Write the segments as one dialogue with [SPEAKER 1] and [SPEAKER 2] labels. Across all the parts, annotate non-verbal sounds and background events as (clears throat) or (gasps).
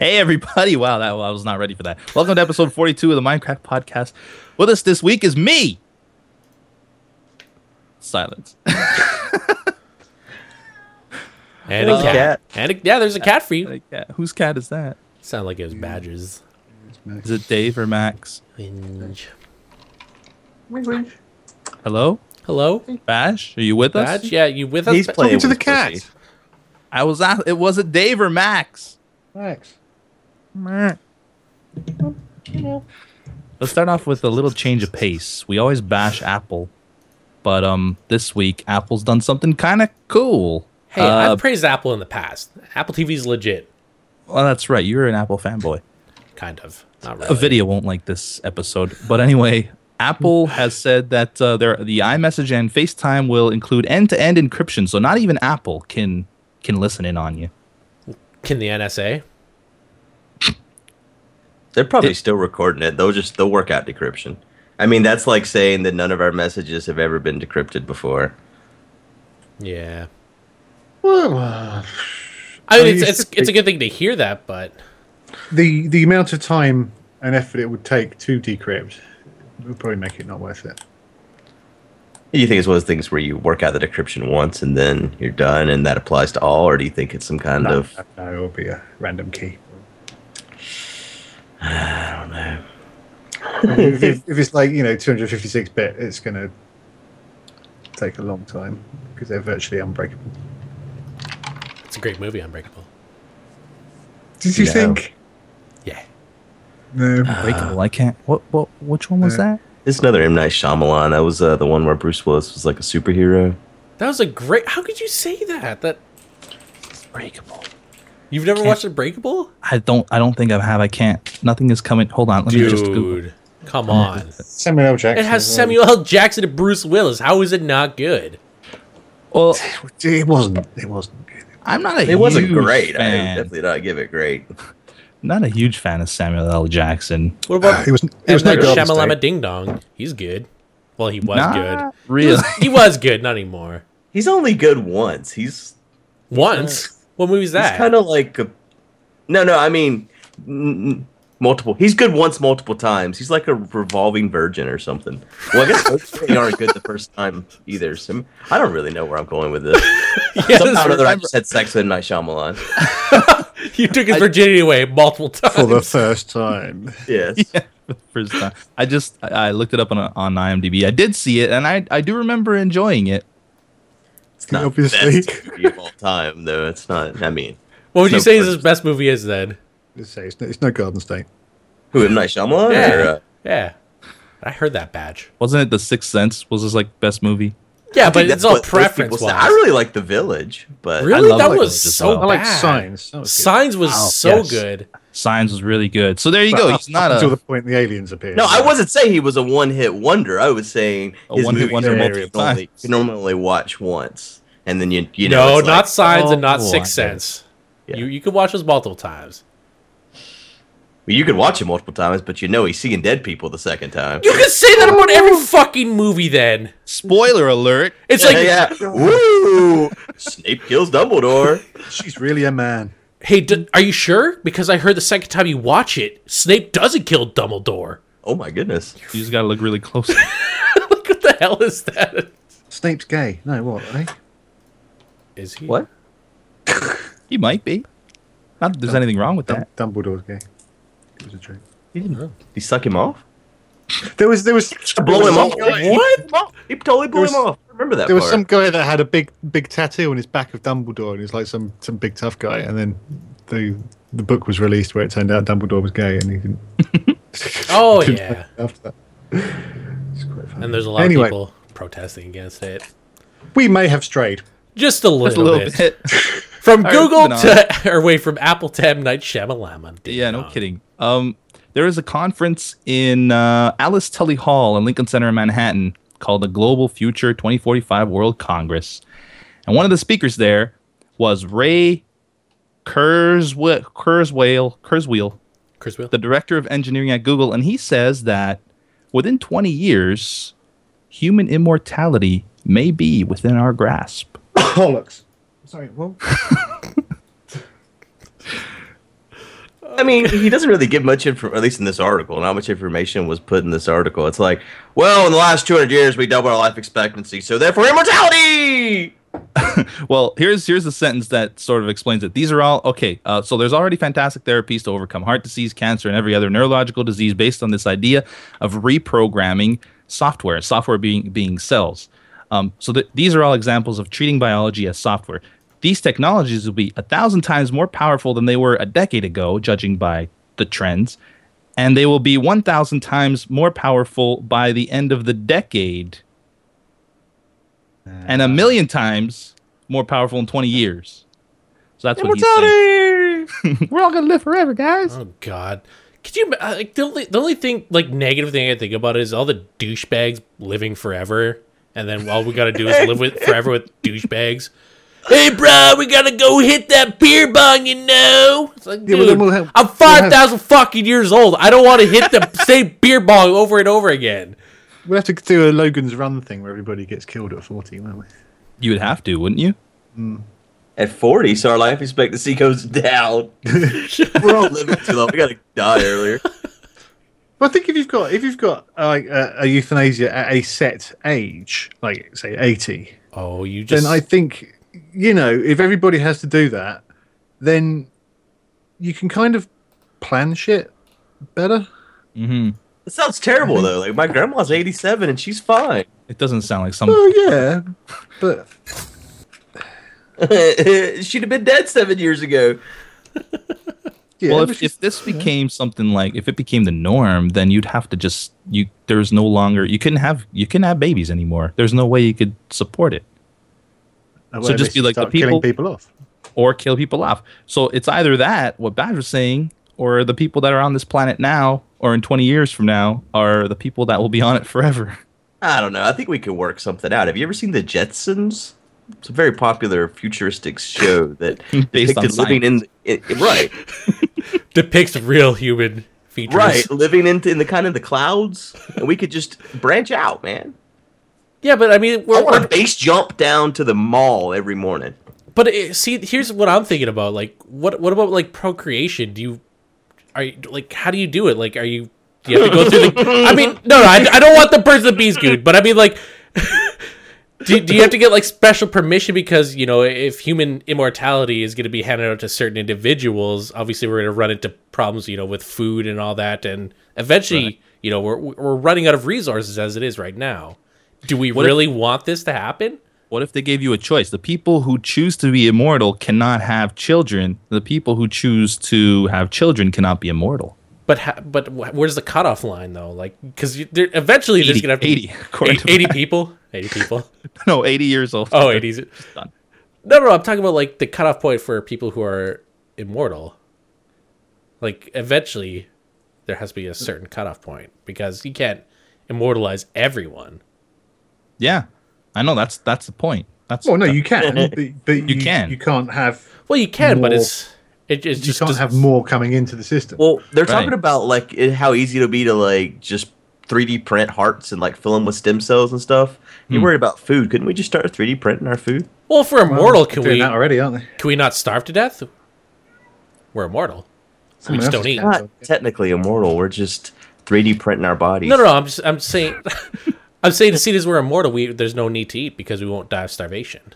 [SPEAKER 1] Hey everybody! (laughs) Wow, that I was not ready for that. Welcome to episode 42 of the Minecraft podcast. With us this week is me.
[SPEAKER 2] (laughs)
[SPEAKER 1] Silence.
[SPEAKER 2] And
[SPEAKER 3] There's
[SPEAKER 2] a
[SPEAKER 3] a
[SPEAKER 2] cat.
[SPEAKER 3] cat.
[SPEAKER 2] And a, yeah, there's a cat for you.
[SPEAKER 1] Like, yeah, whose cat is that?
[SPEAKER 2] Sound like it was badgers.
[SPEAKER 1] Is it Dave or Max?
[SPEAKER 2] Whinge.
[SPEAKER 1] Hello,
[SPEAKER 2] Hello,
[SPEAKER 1] Bash. Are you with us?
[SPEAKER 2] badge. Yeah, you with us?
[SPEAKER 3] He's
[SPEAKER 2] Ba-
[SPEAKER 3] playing
[SPEAKER 4] to the
[SPEAKER 3] with
[SPEAKER 4] cat.
[SPEAKER 3] pussy.
[SPEAKER 1] I was. At, it was it Dave or Max?
[SPEAKER 3] Max.
[SPEAKER 1] Let's start off with a little change of pace. We always bash Apple, but um, this week Apple's done something kind of cool.
[SPEAKER 2] Hey,
[SPEAKER 1] Uh,
[SPEAKER 2] I've praised Apple in the past. Apple TV's legit,
[SPEAKER 1] well, that's right. You're an Apple fanboy.
[SPEAKER 2] kind of. Not really.
[SPEAKER 1] A video won't like this episode, but anyway, Apple has said that uh, their the iMessage and FaceTime will include end-to-end encryption, so not even Apple can can listen in on you.
[SPEAKER 2] Can the NSA?
[SPEAKER 4] They're probably
[SPEAKER 1] It-
[SPEAKER 4] still recording it. They'll just they'll work out decryption. I mean, that's like saying that none of our messages have ever been decrypted before.
[SPEAKER 2] Yeah.
[SPEAKER 3] Well, uh,
[SPEAKER 2] I mean,
[SPEAKER 3] Are
[SPEAKER 2] it's
[SPEAKER 3] you
[SPEAKER 2] it's,
[SPEAKER 3] sure?
[SPEAKER 2] it's a good thing to hear that, but
[SPEAKER 3] the the amount of time and effort it would take to decrypt would probably make it not worth it.
[SPEAKER 4] Do you think it's one of those things where you work out the decryption once and then you're done, and that applies to all, or do you think it's some kind
[SPEAKER 3] No,
[SPEAKER 4] of
[SPEAKER 3] no, it'll be a random (sighs) key. Oh, I don't know. if, if- if it's like you know 256 bit, it's gonna take a long time because they're virtually unbreakable.
[SPEAKER 2] it's a great movie, Unbreakable.
[SPEAKER 3] Did you
[SPEAKER 4] No.
[SPEAKER 3] think?
[SPEAKER 2] Yeah.
[SPEAKER 3] No.
[SPEAKER 1] Breakable. I can't. What? What? Which one was
[SPEAKER 3] Uh,
[SPEAKER 1] that?
[SPEAKER 4] It's another M Night Shyamalan. That was uh, the one where Bruce Willis was like a superhero.
[SPEAKER 2] That was a great. How could you say that? That
[SPEAKER 1] Breakable.
[SPEAKER 2] you've never
[SPEAKER 1] Can't-
[SPEAKER 2] watched Unbreakable,
[SPEAKER 1] I don't. I don't think I have. I can't. Nothing is coming. Hold on. Let me just Google.
[SPEAKER 2] dude?
[SPEAKER 1] (laughs)
[SPEAKER 2] Come on.
[SPEAKER 3] Samuel L. Jackson.
[SPEAKER 2] It has
[SPEAKER 3] as well.
[SPEAKER 2] Samuel L. Jackson and Bruce Willis. How is it not good?
[SPEAKER 1] Well,
[SPEAKER 3] It wasn't. It wasn't. good.
[SPEAKER 1] I'm not a.
[SPEAKER 4] It wasn't
[SPEAKER 1] huge
[SPEAKER 4] great. I
[SPEAKER 1] Fan.
[SPEAKER 4] definitely not give it great.
[SPEAKER 1] not a huge fan of Samuel L.
[SPEAKER 4] (laughs)
[SPEAKER 1] Jackson.
[SPEAKER 2] What
[SPEAKER 4] Uh,
[SPEAKER 2] about
[SPEAKER 3] It was. It
[SPEAKER 2] It
[SPEAKER 3] was no Garden
[SPEAKER 2] Shamalama
[SPEAKER 3] State.
[SPEAKER 2] Ding Dong. He's good. Well, he was good.
[SPEAKER 1] Not Really?
[SPEAKER 2] He was good, not anymore.
[SPEAKER 4] He's only good once. He's
[SPEAKER 2] Once. What movie's
[SPEAKER 4] He's
[SPEAKER 2] that?
[SPEAKER 4] kind of like a. No, no, I mean, n- n- multiple. He's good once, multiple times. He's like a revolving virgin or something. Well, I
[SPEAKER 2] (laughs)
[SPEAKER 4] guess most really aren't good the first time either. So I'm- I don't really know where I'm going with this.
[SPEAKER 2] (laughs) Yes,
[SPEAKER 4] Somehow or another, I
[SPEAKER 2] remember-
[SPEAKER 1] (laughs)
[SPEAKER 4] just had sex with Night
[SPEAKER 2] (laughs)
[SPEAKER 4] Shyamalan.
[SPEAKER 2] you took his virginity away multiple times.
[SPEAKER 3] for the first time.
[SPEAKER 4] Yes.
[SPEAKER 1] First time. I just I I looked it up on on IMDb. I did see it, and I I do remember enjoying it.
[SPEAKER 4] It's not
[SPEAKER 3] Obviously.
[SPEAKER 4] obviously. best movie of all time, though. It's not. I mean,
[SPEAKER 2] what would you
[SPEAKER 4] No
[SPEAKER 2] say is
[SPEAKER 4] first.
[SPEAKER 2] his best movie is then?
[SPEAKER 3] Let's say It's no, it's no Garden State.
[SPEAKER 4] who, M. Night Shyamalan?
[SPEAKER 2] Yeah.
[SPEAKER 4] Or, uh,
[SPEAKER 2] Yeah. I heard that badge.
[SPEAKER 1] Wasn't it The Sixth Sense? Was this like best movie?
[SPEAKER 2] Yeah,
[SPEAKER 4] I think
[SPEAKER 2] but
[SPEAKER 4] that's
[SPEAKER 2] it's all
[SPEAKER 4] what most people
[SPEAKER 2] preference
[SPEAKER 4] say.
[SPEAKER 2] wise.
[SPEAKER 4] I really like The Village, but
[SPEAKER 2] Really?
[SPEAKER 1] love
[SPEAKER 2] That
[SPEAKER 1] Michael
[SPEAKER 2] was
[SPEAKER 1] as
[SPEAKER 2] so
[SPEAKER 1] well.
[SPEAKER 3] I like
[SPEAKER 2] bad.
[SPEAKER 3] Signs. That was good.
[SPEAKER 2] Signs was
[SPEAKER 1] Wow,
[SPEAKER 2] so
[SPEAKER 1] yes.
[SPEAKER 2] good.
[SPEAKER 1] Signs was really good. So there you
[SPEAKER 3] But
[SPEAKER 1] go.
[SPEAKER 3] up-
[SPEAKER 1] He's not
[SPEAKER 3] up until
[SPEAKER 1] a
[SPEAKER 3] the point the aliens appeared.
[SPEAKER 4] No, I wasn't saying he was a one-hit wonder. I was saying
[SPEAKER 1] A
[SPEAKER 4] his
[SPEAKER 1] one-hit
[SPEAKER 4] movies
[SPEAKER 1] wonder
[SPEAKER 4] are
[SPEAKER 1] multiple
[SPEAKER 4] you can only-
[SPEAKER 1] times.
[SPEAKER 4] You normally only watch once, and then you you know.
[SPEAKER 2] no,
[SPEAKER 4] it's
[SPEAKER 2] not
[SPEAKER 4] like-
[SPEAKER 2] Signs and not
[SPEAKER 1] Oh,
[SPEAKER 2] Sixth
[SPEAKER 1] I know.
[SPEAKER 2] Sense.
[SPEAKER 4] Yeah.
[SPEAKER 2] You you could watch those multiple times.
[SPEAKER 4] Well, you could watch it multiple times, but you know he's seeing dead people the second time.
[SPEAKER 2] You could say that about every fucking movie then.
[SPEAKER 1] spoiler alert.
[SPEAKER 2] It's like
[SPEAKER 4] yeah,
[SPEAKER 3] (laughs)
[SPEAKER 4] yeah. woo! Snape kills Dumbledore.
[SPEAKER 3] She's really a man.
[SPEAKER 2] Hey, d- are you sure? Because I heard the second time you watch it, Snape doesn't kill Dumbledore. (laughs)
[SPEAKER 4] Oh my goodness!
[SPEAKER 1] You just gotta look really close. (laughs)
[SPEAKER 2] Like, what the hell is that?
[SPEAKER 3] Snape's gay. No, what? Eh?
[SPEAKER 2] Is he?
[SPEAKER 4] What?
[SPEAKER 1] he might be. Not that there's anything wrong with that.
[SPEAKER 3] Dum- Dumbledore's gay. It was a joke.
[SPEAKER 4] He suck him off.
[SPEAKER 3] There was there was
[SPEAKER 4] Blow him
[SPEAKER 3] there was
[SPEAKER 4] off.
[SPEAKER 3] some guy-
[SPEAKER 4] What? He totally blew
[SPEAKER 3] There was-
[SPEAKER 4] him off. I remember that
[SPEAKER 3] There was
[SPEAKER 4] part.
[SPEAKER 3] some guy that had a big big tattoo on his back of Dumbledore, and he's like some some big tough guy. And then the the book was released where it turned out Dumbledore was gay, and he
[SPEAKER 2] (laughs)
[SPEAKER 3] didn't.
[SPEAKER 2] Oh
[SPEAKER 3] didn't
[SPEAKER 2] yeah.
[SPEAKER 3] After that. It's quite funny.
[SPEAKER 2] And there's a lot
[SPEAKER 3] Anyway.
[SPEAKER 2] of people protesting against it.
[SPEAKER 3] We may have strayed.
[SPEAKER 2] Just a little,
[SPEAKER 1] Just a little
[SPEAKER 2] bit.
[SPEAKER 1] bit.
[SPEAKER 2] From
[SPEAKER 1] All right,
[SPEAKER 2] Google
[SPEAKER 1] moving
[SPEAKER 2] to (laughs) or wait from Apple to M Night Shyamalan.
[SPEAKER 1] (laughs)
[SPEAKER 2] Ding
[SPEAKER 1] Yeah, no
[SPEAKER 2] dong.
[SPEAKER 1] kidding. Um, there is a conference in uh, Alice Tully Hall in Lincoln Center in Manhattan called the Global Future 2045 World Congress, and one of the speakers there was Ray Kurzwe- Kurzweil, Kurzweil,
[SPEAKER 2] Chris Will.
[SPEAKER 1] the director of engineering at Google, and he says that within 20 years, human immortality may be within our grasp.
[SPEAKER 3] Bollocks. Sorry. Well,
[SPEAKER 4] I
[SPEAKER 1] (laughs)
[SPEAKER 4] mean, he doesn't really give much info, at least in this article, not much information was put in this article. It's like, well, in the last 200 years, we doubled our life expectancy, so therefore immortality!
[SPEAKER 1] Well, here's here's a sentence that sort of explains it. These are all okay. Uh, so there's already fantastic therapies to overcome heart disease, cancer, and every other neurological disease based on this idea of reprogramming software. Software being being cells. Um, so th- these are all examples of treating biology as software. These technologies will be a thousand times more powerful than they were a decade ago, judging by the trends, and they will be one thousand times more powerful by the end of the decade and a million times more powerful in 20 years. So that's what he's saying. We're all gonna live forever, guys.
[SPEAKER 2] Oh God! Could you? uh, Like, the only the only thing like negative thing I think about is all the douchebags living forever, and then all we gotta do is live with forever with douchebags. Hey, bro, we gotta go hit that beer bong, you know? It's like,
[SPEAKER 3] Yeah, but then
[SPEAKER 2] dude,
[SPEAKER 3] we'll have-
[SPEAKER 2] I'm
[SPEAKER 3] we'll have-
[SPEAKER 2] five thousand fucking years old. I don't want to hit
[SPEAKER 3] (laughs)
[SPEAKER 2] the same beer bong over and over again.
[SPEAKER 3] We'll have to do a Logan's Run thing where everybody gets killed at 40, won't we?
[SPEAKER 1] You would have to, wouldn't you?
[SPEAKER 4] At 40, so our life expectancy
[SPEAKER 1] (laughs)
[SPEAKER 4] goes down. We're all living too long. We gotta die earlier.
[SPEAKER 3] But I think if you've got if you've got uh, like a, a euthanasia at a set age, like say 80,
[SPEAKER 2] Oh, you just
[SPEAKER 3] then I think you know if everybody has to do that, then you can kind of plan shit better.
[SPEAKER 4] It sounds terrible, though. Like, my grandma's 87 and she's fine. (laughs)
[SPEAKER 1] It doesn't sound like some.
[SPEAKER 3] Oh yeah, (laughs) but
[SPEAKER 4] She'd have been dead seven years ago.
[SPEAKER 3] yeah,
[SPEAKER 1] well,
[SPEAKER 3] but
[SPEAKER 1] if, if this became something like if it became the norm, then you'd have to just you. There's no longer you couldn't have you couldn't have babies anymore. There's no way you could support it
[SPEAKER 3] well,
[SPEAKER 1] so just
[SPEAKER 3] unless
[SPEAKER 1] be
[SPEAKER 3] you
[SPEAKER 1] like the
[SPEAKER 3] start killing
[SPEAKER 1] people-
[SPEAKER 3] people off.
[SPEAKER 1] or kill people off. So it's either that what Badge was saying, or the people that are on this planet now, or in 20 years from now, are the people that will be on it forever. (laughs)
[SPEAKER 4] I don't know. I think we could work something out. Have you ever seen The Jetsons? It's a very popular futuristic show that
[SPEAKER 1] (laughs) Based on
[SPEAKER 4] depicted living in, in right,
[SPEAKER 2] depicts real human features.
[SPEAKER 4] right, living in, in the kind of the clouds, and we could just branch out, man.
[SPEAKER 2] Yeah, but I mean,
[SPEAKER 4] I
[SPEAKER 2] we're, we're
[SPEAKER 4] want to base jump down to the mall every morning.
[SPEAKER 2] But it, see, here's what I'm thinking about. Like, what what about like procreation? Do you are you, like how do you do it? Like, are you do you have to go through the? I mean, no, no I, I don't want the birds and the bees good, but I mean like. (laughs) Do, do you have to get like special permission because you know if human immortality is going to be handed out to certain individuals obviously we're going to run into problems you know with food and all that and eventually you know we're we're running out of resources as it is right now do we
[SPEAKER 1] if-
[SPEAKER 2] really want this to happen
[SPEAKER 1] What if they gave you a choice? The people who choose to be immortal cannot have children. The people who choose to have children cannot be immortal. (laughs)
[SPEAKER 2] But ha- but wh- where's the cutoff line though? Like because there eventually there's
[SPEAKER 1] 80,
[SPEAKER 2] gonna have to
[SPEAKER 1] 80,
[SPEAKER 2] be
[SPEAKER 1] according
[SPEAKER 2] eight-
[SPEAKER 1] to
[SPEAKER 2] 80 people, eighty people.
[SPEAKER 1] No, 80 years old.
[SPEAKER 2] Oh, 80s.
[SPEAKER 1] done.
[SPEAKER 2] No, no, I'm talking about like the cutoff point for people who are immortal. Like eventually, there has to be a certain cutoff point because you can't immortalize everyone.
[SPEAKER 1] Yeah, I know. That's that's the point. That's
[SPEAKER 3] Well, no, you can, but, but you,
[SPEAKER 1] can.
[SPEAKER 3] You can't have
[SPEAKER 2] Well, you can, but
[SPEAKER 3] More-
[SPEAKER 2] it's it, it's
[SPEAKER 3] you
[SPEAKER 2] just
[SPEAKER 3] can't
[SPEAKER 2] does-
[SPEAKER 3] have more coming into the system.
[SPEAKER 4] Well, they're talking
[SPEAKER 1] Right.
[SPEAKER 4] about like it, how easy it'll be to like just 3D print hearts and like fill them with stem cells and stuff. You're worried about food. Couldn't we just start 3D printing our food?
[SPEAKER 2] Well, if we're
[SPEAKER 3] Well,
[SPEAKER 2] immortal,
[SPEAKER 3] they're
[SPEAKER 2] can
[SPEAKER 3] doing
[SPEAKER 2] we
[SPEAKER 3] that already, aren't they?
[SPEAKER 2] can we not starve to death? We're immortal.
[SPEAKER 3] Someone
[SPEAKER 2] just
[SPEAKER 3] else
[SPEAKER 2] don't
[SPEAKER 3] is
[SPEAKER 2] eat.
[SPEAKER 3] doing
[SPEAKER 4] We're
[SPEAKER 3] that.
[SPEAKER 4] not technically immortal. We're just 3D printing our bodies.
[SPEAKER 2] No, no, no I'm just, I'm saying, (laughs) I'm saying, as soon as we're immortal, we there's no need to eat because we won't die of starvation.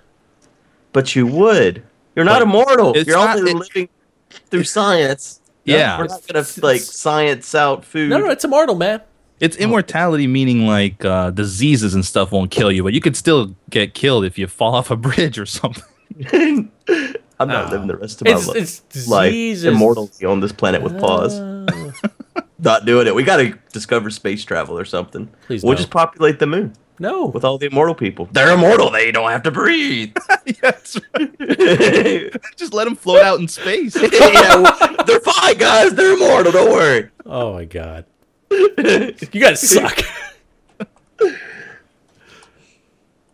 [SPEAKER 4] But you would. You're not
[SPEAKER 1] But
[SPEAKER 4] immortal.
[SPEAKER 1] it's
[SPEAKER 4] You're
[SPEAKER 1] not-
[SPEAKER 4] only
[SPEAKER 1] it-
[SPEAKER 4] living through science.
[SPEAKER 1] Yeah.
[SPEAKER 4] We're not gonna like science out food.
[SPEAKER 2] No, no, it's immortal, man.
[SPEAKER 1] It's
[SPEAKER 3] Oh.
[SPEAKER 1] immortality, meaning like uh, diseases and stuff won't kill you, but you could still get killed if you fall off a bridge or something. (laughs)
[SPEAKER 4] I'm not
[SPEAKER 2] No.
[SPEAKER 4] living the rest of my
[SPEAKER 2] It's
[SPEAKER 4] life.
[SPEAKER 2] it's
[SPEAKER 4] life
[SPEAKER 2] diseases. Uh.
[SPEAKER 4] immortally on this planet with paws. Not doing it. We gotta discover space travel or something.
[SPEAKER 2] Please
[SPEAKER 4] we'll
[SPEAKER 2] no.
[SPEAKER 4] just populate the moon (laughs)
[SPEAKER 2] No,
[SPEAKER 4] with all the immortal people. They're immortal. They don't have to breathe.
[SPEAKER 1] yes, (laughs)
[SPEAKER 4] yeah,
[SPEAKER 1] just let them float out in space.
[SPEAKER 4] well, (laughs) they're fine, guys. They're immortal. Don't worry.
[SPEAKER 2] oh my god, you
[SPEAKER 4] (laughs)
[SPEAKER 2] guys suck.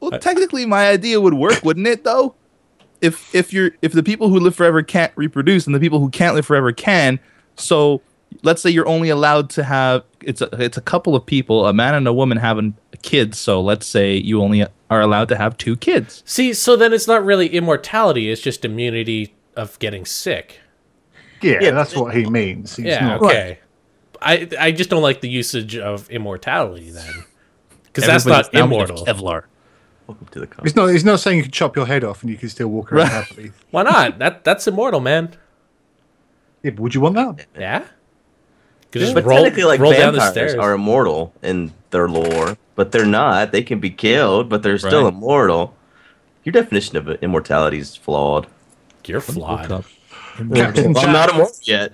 [SPEAKER 1] Well, technically, my idea would work, wouldn't it? Though, if if you're if the people who live forever can't reproduce, and the people who can't live forever can, so let's say you're only allowed to have it's a it's a couple of people, a man and a woman having kids. So let's say you only are allowed to have two kids.
[SPEAKER 2] See, so then it's not really immortality; it's just immunity of getting sick.
[SPEAKER 3] Yeah,
[SPEAKER 4] Yeah,
[SPEAKER 3] that's what he means. He's
[SPEAKER 2] Yeah,
[SPEAKER 3] not-
[SPEAKER 2] okay. I I just don't like the usage of immortality then, because that's
[SPEAKER 1] Everybody's
[SPEAKER 2] not
[SPEAKER 1] now made of
[SPEAKER 2] immortal.
[SPEAKER 1] Kevlar.
[SPEAKER 4] Welcome to the con.
[SPEAKER 3] It's not. It's not saying you can chop your head off and you can still walk around
[SPEAKER 1] Right.
[SPEAKER 3] happily.
[SPEAKER 2] Why not? That that's immortal, man.
[SPEAKER 3] Yeah, but would you want that?
[SPEAKER 2] Yeah. Could just
[SPEAKER 4] But
[SPEAKER 2] roll,
[SPEAKER 4] technically, like
[SPEAKER 2] roll down the
[SPEAKER 4] vampires
[SPEAKER 2] stairs.
[SPEAKER 4] are immortal in their lore, but they're not. They can be killed, but they're still
[SPEAKER 1] Right.
[SPEAKER 4] immortal. Your definition of immortality is flawed.
[SPEAKER 2] You're
[SPEAKER 1] Look
[SPEAKER 2] flawed.
[SPEAKER 1] up.
[SPEAKER 3] Captain
[SPEAKER 4] Well,
[SPEAKER 3] Jack.
[SPEAKER 4] I'm not immortal yet.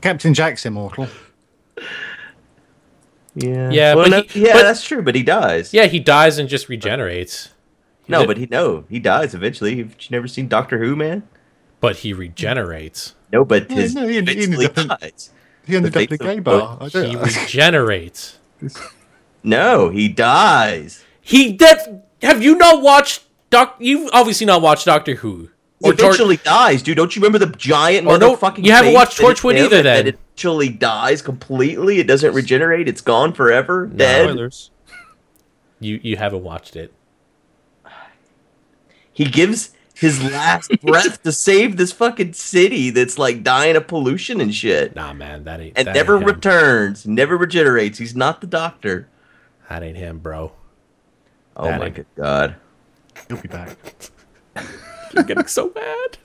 [SPEAKER 3] Captain Jack's immortal.
[SPEAKER 4] Yeah,
[SPEAKER 2] Yeah,
[SPEAKER 4] Well,
[SPEAKER 2] but
[SPEAKER 4] no-
[SPEAKER 2] he-
[SPEAKER 4] yeah,
[SPEAKER 2] but-
[SPEAKER 4] that's true. But he dies.
[SPEAKER 2] Yeah, he dies and just regenerates,
[SPEAKER 4] no,
[SPEAKER 2] did-
[SPEAKER 4] but he no, he dies eventually. Have you never seen Doctor Who, man?
[SPEAKER 2] but he regenerates.
[SPEAKER 4] No, but
[SPEAKER 3] Yeah,
[SPEAKER 4] his
[SPEAKER 3] no, he- he
[SPEAKER 4] eventually
[SPEAKER 3] ended up-
[SPEAKER 4] dies.
[SPEAKER 3] He ended
[SPEAKER 4] The
[SPEAKER 3] up in a
[SPEAKER 4] victim-
[SPEAKER 3] gay bar. I
[SPEAKER 2] (laughs) He
[SPEAKER 3] don't,
[SPEAKER 2] regenerates.
[SPEAKER 4] No, he dies.
[SPEAKER 2] He did. Have you not watched Doc? You've obviously not watched Doctor Who.
[SPEAKER 4] He
[SPEAKER 2] Tor-
[SPEAKER 4] eventually dies, dude. Don't you remember the giant
[SPEAKER 2] Or no-
[SPEAKER 4] motherfucking?
[SPEAKER 2] you haven't
[SPEAKER 4] face
[SPEAKER 2] watched
[SPEAKER 4] that it
[SPEAKER 2] Torchwood
[SPEAKER 4] is
[SPEAKER 2] either,
[SPEAKER 4] that
[SPEAKER 2] then.
[SPEAKER 4] It eventually dies completely. It doesn't regenerate. It's gone forever. Dead.
[SPEAKER 1] Spoilers.
[SPEAKER 2] you you haven't watched it.
[SPEAKER 4] He gives his
[SPEAKER 2] (laughs)
[SPEAKER 4] last breath to save this fucking city that's like dying of pollution and shit.
[SPEAKER 2] Nah, man, that ain't.
[SPEAKER 4] And
[SPEAKER 2] that
[SPEAKER 4] never
[SPEAKER 2] ain't him.
[SPEAKER 4] returns, never regenerates. He's not the doctor.
[SPEAKER 2] That ain't him, bro.
[SPEAKER 4] Oh
[SPEAKER 2] That
[SPEAKER 4] my
[SPEAKER 2] ain't-
[SPEAKER 4] good god.
[SPEAKER 3] he'll be back.
[SPEAKER 2] You're getting so bad.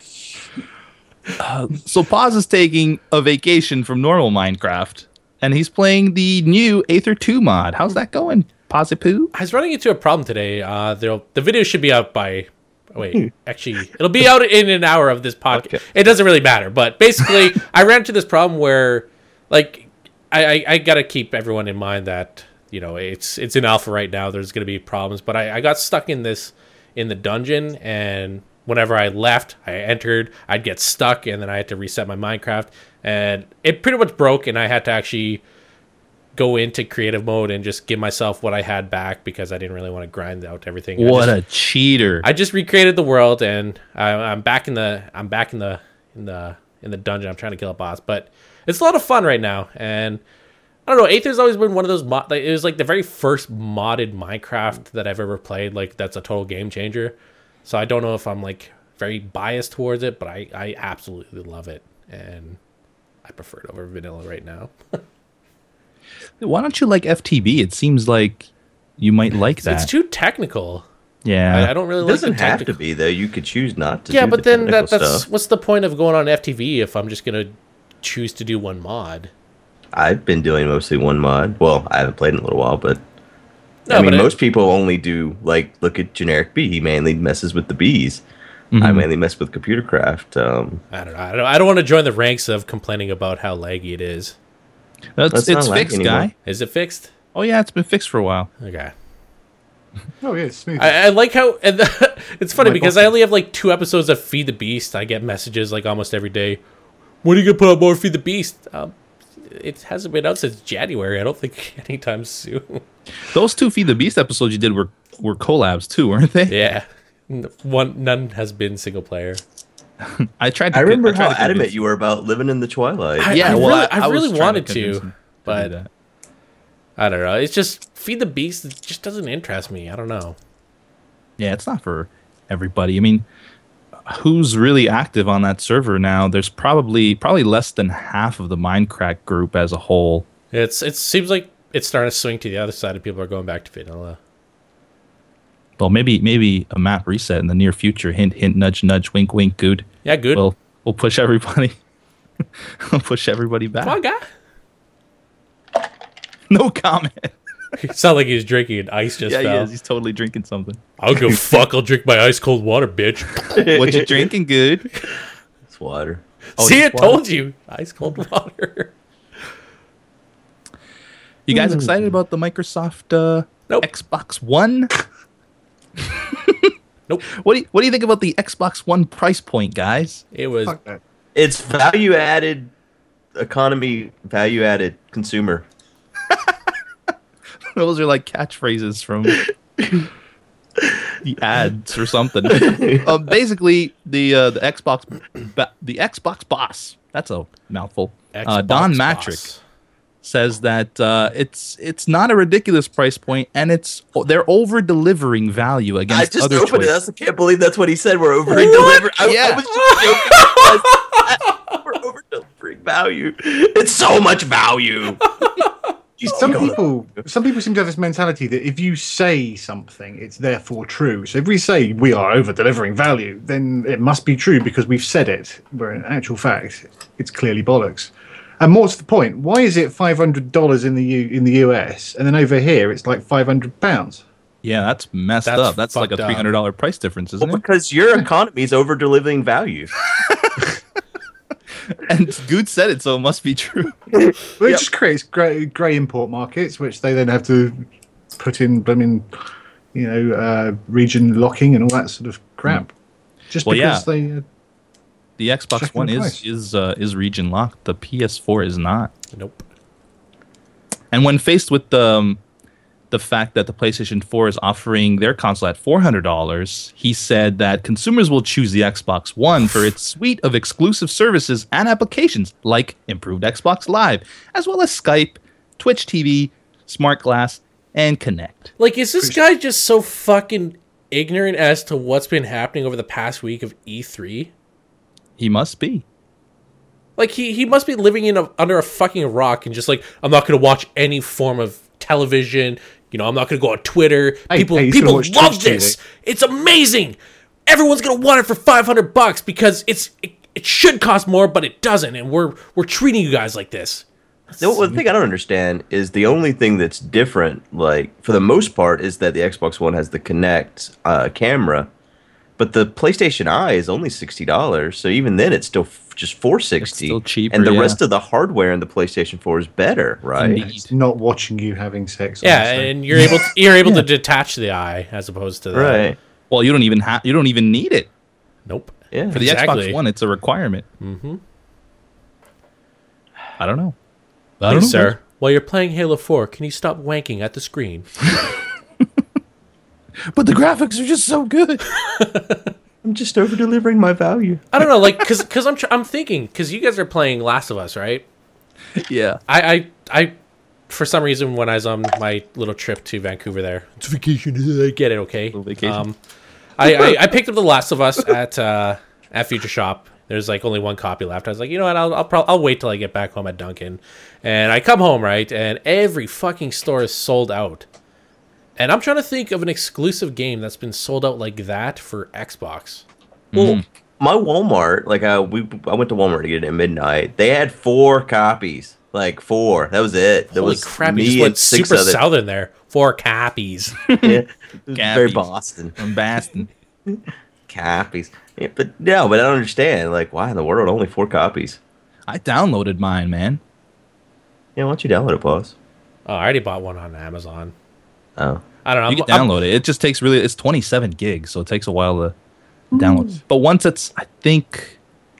[SPEAKER 1] So Paz is taking a vacation from normal Minecraft, and he's playing the new Aether 2 mod. How's that going? Pazipoo?
[SPEAKER 2] I was running into a problem today. Uh, there'll- the video should be out by. Wait, actually, it'll be out in an hour of this podcast.
[SPEAKER 4] Okay.
[SPEAKER 2] It doesn't really matter, but basically, I ran into this problem where, like, I, I, I gotta keep everyone in mind that you know it's it's in alpha right now. There's gonna be problems, but I, I got stuck in this in the dungeon, and whenever I left, I entered, I'd get stuck, and then I had to reset my Minecraft, and it pretty much broke, and I had to actually go into creative mode and just give myself what I had back because I didn't really want to grind out everything.
[SPEAKER 1] What
[SPEAKER 2] I just,
[SPEAKER 1] a cheater.
[SPEAKER 2] I just recreated the world and I, I'm back in the I'm back in the in the in the dungeon. I'm trying to kill a boss, but it's a lot of fun right now. And I don't know, Aether's always been one of those mod. Like, it was like the very first modded Minecraft that I've ever played. Like that's a total game changer. So I don't know if I'm like very biased towards it, but I I absolutely love it and I prefer it over vanilla right now.
[SPEAKER 1] Why don't you like FTB? It seems like you
[SPEAKER 2] (laughs)
[SPEAKER 1] might like that.
[SPEAKER 2] It's too technical.
[SPEAKER 1] yeah.
[SPEAKER 2] I, I don't really
[SPEAKER 4] It
[SPEAKER 2] like
[SPEAKER 4] doesn't
[SPEAKER 2] the
[SPEAKER 4] have to
[SPEAKER 2] tactical-
[SPEAKER 4] be though. You could choose not to.
[SPEAKER 2] Yeah,
[SPEAKER 4] do
[SPEAKER 2] but
[SPEAKER 4] the
[SPEAKER 2] then that,
[SPEAKER 4] technical
[SPEAKER 2] that's
[SPEAKER 4] stuff.
[SPEAKER 2] what's the point of going on FTV if I'm just gonna choose to do one mod?
[SPEAKER 4] I've been doing mostly one mod. Well, I haven't played in a little while, but
[SPEAKER 2] No,
[SPEAKER 4] I mean,
[SPEAKER 2] but
[SPEAKER 4] most people only do like look at generic B. He mainly messes with the bees. I mainly mess with computer craft. Um,
[SPEAKER 2] I, I don't know. I don't, I don't want to join the ranks of complaining about how laggy it is.
[SPEAKER 1] That's,
[SPEAKER 4] That's
[SPEAKER 1] it's
[SPEAKER 4] not like
[SPEAKER 1] fixed,
[SPEAKER 4] anymore.
[SPEAKER 1] guy.
[SPEAKER 2] Is it fixed?
[SPEAKER 1] Oh, yeah, it's been fixed for a while.
[SPEAKER 2] Okay.
[SPEAKER 3] Oh yeah, it's smooth.
[SPEAKER 2] I, I like how and (laughs) it's funny
[SPEAKER 3] My
[SPEAKER 2] because I
[SPEAKER 3] boss-
[SPEAKER 2] only have like two episodes of Feed the Beast. I get messages like almost every day. When are you gonna put out more Feed the Beast? Um, it hasn't been out since January. I don't think (laughs) anytime soon.
[SPEAKER 1] Those two Feed the Beast episodes you did were, were collabs too, weren't they?
[SPEAKER 2] yeah, N- one none has been single player.
[SPEAKER 1] I tried to
[SPEAKER 4] I
[SPEAKER 1] con-
[SPEAKER 4] remember
[SPEAKER 1] tried
[SPEAKER 4] how
[SPEAKER 1] to convince
[SPEAKER 4] adamant you were about living in the twilight.
[SPEAKER 2] I-
[SPEAKER 1] Yeah,
[SPEAKER 2] I
[SPEAKER 1] well,
[SPEAKER 2] really-
[SPEAKER 1] I,
[SPEAKER 2] I
[SPEAKER 1] was
[SPEAKER 2] really
[SPEAKER 1] trying
[SPEAKER 2] wanted to,
[SPEAKER 1] convince him
[SPEAKER 2] but-
[SPEAKER 1] do that.
[SPEAKER 2] I don't know. It's just Feed the Beast it just doesn't interest me. I don't know.
[SPEAKER 1] yeah, it's not for everybody. I mean, who's really active on that server now? There's probably probably less than half of the Minecraft group as a whole.
[SPEAKER 2] It's it seems like it's starting to swing to the other side and people are going back to vanilla.
[SPEAKER 1] Well, maybe maybe a map reset in the near future. Hint, hint, nudge, nudge, wink, wink, good.
[SPEAKER 2] Yeah, good.
[SPEAKER 1] (laughs) We'll we'll push everybody. (laughs) we'll push everybody back.
[SPEAKER 2] Come on, guy. (laughs)
[SPEAKER 1] No comment.
[SPEAKER 2] It sounded like he was drinking and ice just
[SPEAKER 1] Yeah, he
[SPEAKER 2] fell.
[SPEAKER 1] is. He's totally drinking
[SPEAKER 2] (laughs)
[SPEAKER 1] something.
[SPEAKER 2] I'll go fuck. I'll drink my ice cold
[SPEAKER 1] (laughs)
[SPEAKER 2] water, bitch.
[SPEAKER 1] What you drinking, good?
[SPEAKER 4] It's water.
[SPEAKER 2] See, I
[SPEAKER 1] just water?
[SPEAKER 2] told you, ice cold (laughs) water.
[SPEAKER 1] You guys excited about the Microsoft uh,
[SPEAKER 2] Nope.
[SPEAKER 1] Xbox One?
[SPEAKER 2] Nope.
[SPEAKER 1] What do you, What do you think about the Xbox One price point, guys? (laughs)
[SPEAKER 2] It was
[SPEAKER 3] Fuck that.
[SPEAKER 4] It's value added economy, value added consumer.
[SPEAKER 1] Those are like catchphrases from the ads or something. uh, basically, the uh, the Xbox ba- the Xbox boss. That's a mouthful. uh,
[SPEAKER 2] Xbox
[SPEAKER 1] Don
[SPEAKER 2] boss.
[SPEAKER 1] Matrick says that uh, it's it's not a ridiculous price point, and it's oh, they're over delivering value
[SPEAKER 4] I
[SPEAKER 1] against
[SPEAKER 4] just
[SPEAKER 1] other
[SPEAKER 4] opened
[SPEAKER 1] choices.
[SPEAKER 4] it. I can't believe that's what he said. We're over delivering. I,
[SPEAKER 1] Yeah.
[SPEAKER 4] I was just
[SPEAKER 1] (laughs)
[SPEAKER 4] joking. We're over delivering value. It's so much value. He's
[SPEAKER 3] Some
[SPEAKER 4] going-
[SPEAKER 3] people, some people seem to have this mentality that if you say something, it's therefore true. So if we say we are over delivering value, then it must be true because we've said it. Where in actual fact, it's clearly bollocks. And more to the point, why is it five hundred dollars in the U, in the US, and then over here it's like five hundred pounds?
[SPEAKER 1] Yeah, that's messed
[SPEAKER 2] That's
[SPEAKER 1] up. That's like a
[SPEAKER 2] fucked up.
[SPEAKER 1] three hundred dollar price difference, isn't
[SPEAKER 4] Well, (laughs)
[SPEAKER 1] it?
[SPEAKER 4] because your economy is over delivering value.
[SPEAKER 1] And Good said it, so it must be true. (laughs)
[SPEAKER 3] Well, it just creates grey, grey import markets, which they then have to put in blooming, you know, uh, region locking and all that sort of crap. Just
[SPEAKER 1] Well, yeah.
[SPEAKER 3] because they. Uh,
[SPEAKER 1] The Xbox
[SPEAKER 3] Checking
[SPEAKER 1] One
[SPEAKER 3] the
[SPEAKER 1] is
[SPEAKER 3] price.
[SPEAKER 1] is uh, is region locked. The PS4 is not.
[SPEAKER 2] Nope.
[SPEAKER 1] And when faced with the um, the fact that the PlayStation 4 is offering their console at $400, he said that consumers will choose the Xbox One for its suite of exclusive services and applications like improved Xbox Live, as well as Skype, Twitch TV, Smart Glass, and Connect.
[SPEAKER 2] Like, is this guy just so fucking ignorant as to what's been happening over the past week of E E3?
[SPEAKER 1] He must be.
[SPEAKER 2] Like, he, he must be living in a, under a fucking rock and just like, I'm not gonna watch any form of television. You know, I'm not gonna go on Twitter.
[SPEAKER 3] Hey,
[SPEAKER 2] people
[SPEAKER 3] hey, he's gonna
[SPEAKER 2] people
[SPEAKER 3] watch
[SPEAKER 2] love
[SPEAKER 3] Twitch
[SPEAKER 2] this.
[SPEAKER 3] TV.
[SPEAKER 2] It's amazing. Everyone's gonna want it for 500 bucks because it's it, it should cost more, but it doesn't. And we're we're treating you guys like this.
[SPEAKER 4] The, well, the thing I don't understand is the only thing that's different, like for the most part, is that the Xbox One has the Kinect uh, camera, but the PlayStation Eye is only sixty dollars. So even then, it's still f- just four sixty.
[SPEAKER 1] still cheaper,
[SPEAKER 4] and the
[SPEAKER 1] yeah.
[SPEAKER 4] rest of the hardware in the PlayStation Four is better, right?
[SPEAKER 1] Indeed.
[SPEAKER 3] it's not watching you having sex.
[SPEAKER 2] Yeah,
[SPEAKER 3] honestly.
[SPEAKER 2] and you're able to, you're (laughs) able to detach the eye as opposed to the,
[SPEAKER 4] Right.
[SPEAKER 1] Well, you don't even have you don't even need it.
[SPEAKER 2] Nope.
[SPEAKER 4] Yeah.
[SPEAKER 1] For the
[SPEAKER 2] Exactly.
[SPEAKER 1] Xbox One, it's a requirement. Mhm. I don't know. I don't know,
[SPEAKER 2] Please, sir. While you're playing Halo 4, can you stop wanking at the screen?
[SPEAKER 1] But the graphics are just so good.
[SPEAKER 4] I'm just over delivering my (laughs) value.
[SPEAKER 2] I don't know, like, cause, cause I'm, tr- I'm thinking, cause you guys are playing Last of Us, right?
[SPEAKER 1] yeah.
[SPEAKER 2] I, I, I, for some reason, when I was on my little trip to Vancouver, there, it's vacation. I get it, okay?
[SPEAKER 1] vacation.
[SPEAKER 2] Um, I, I, I picked up The Last of Us at, uh, at Future Shop. There's like only one copy left. I was like, you know what? I'll, I'll, prob- I'll wait till I get back home at Duncan. And I come home, right? And every fucking store is sold out. And I'm trying to think of an exclusive game that's been sold out like that for Xbox.
[SPEAKER 4] Well,
[SPEAKER 2] Mm-hmm.
[SPEAKER 4] my Walmart, like I we I went to Walmart to get it at midnight. They had four copies, like four. That was it. That
[SPEAKER 2] Holy
[SPEAKER 4] was
[SPEAKER 2] crap!
[SPEAKER 4] me
[SPEAKER 2] You just
[SPEAKER 4] and
[SPEAKER 2] went
[SPEAKER 4] six
[SPEAKER 2] super
[SPEAKER 4] other.
[SPEAKER 2] southern there. Four copies. (laughs)
[SPEAKER 4] Yeah. It was (laughs) Very
[SPEAKER 1] Copies.
[SPEAKER 4] Boston
[SPEAKER 1] From Boston.
[SPEAKER 4] copies. Yeah, but no, but I don't understand. Like, why in the world only four copies?
[SPEAKER 1] I downloaded mine, man.
[SPEAKER 4] Yeah, why don't you download it, boss?
[SPEAKER 2] Oh, I already bought one on Amazon.
[SPEAKER 4] Oh,
[SPEAKER 2] I don't know.
[SPEAKER 1] You
[SPEAKER 2] I'm-
[SPEAKER 1] can
[SPEAKER 2] I'm-
[SPEAKER 1] download it. It just takes really. It's 27 gigs, so it takes a while to download. But once it's, I think,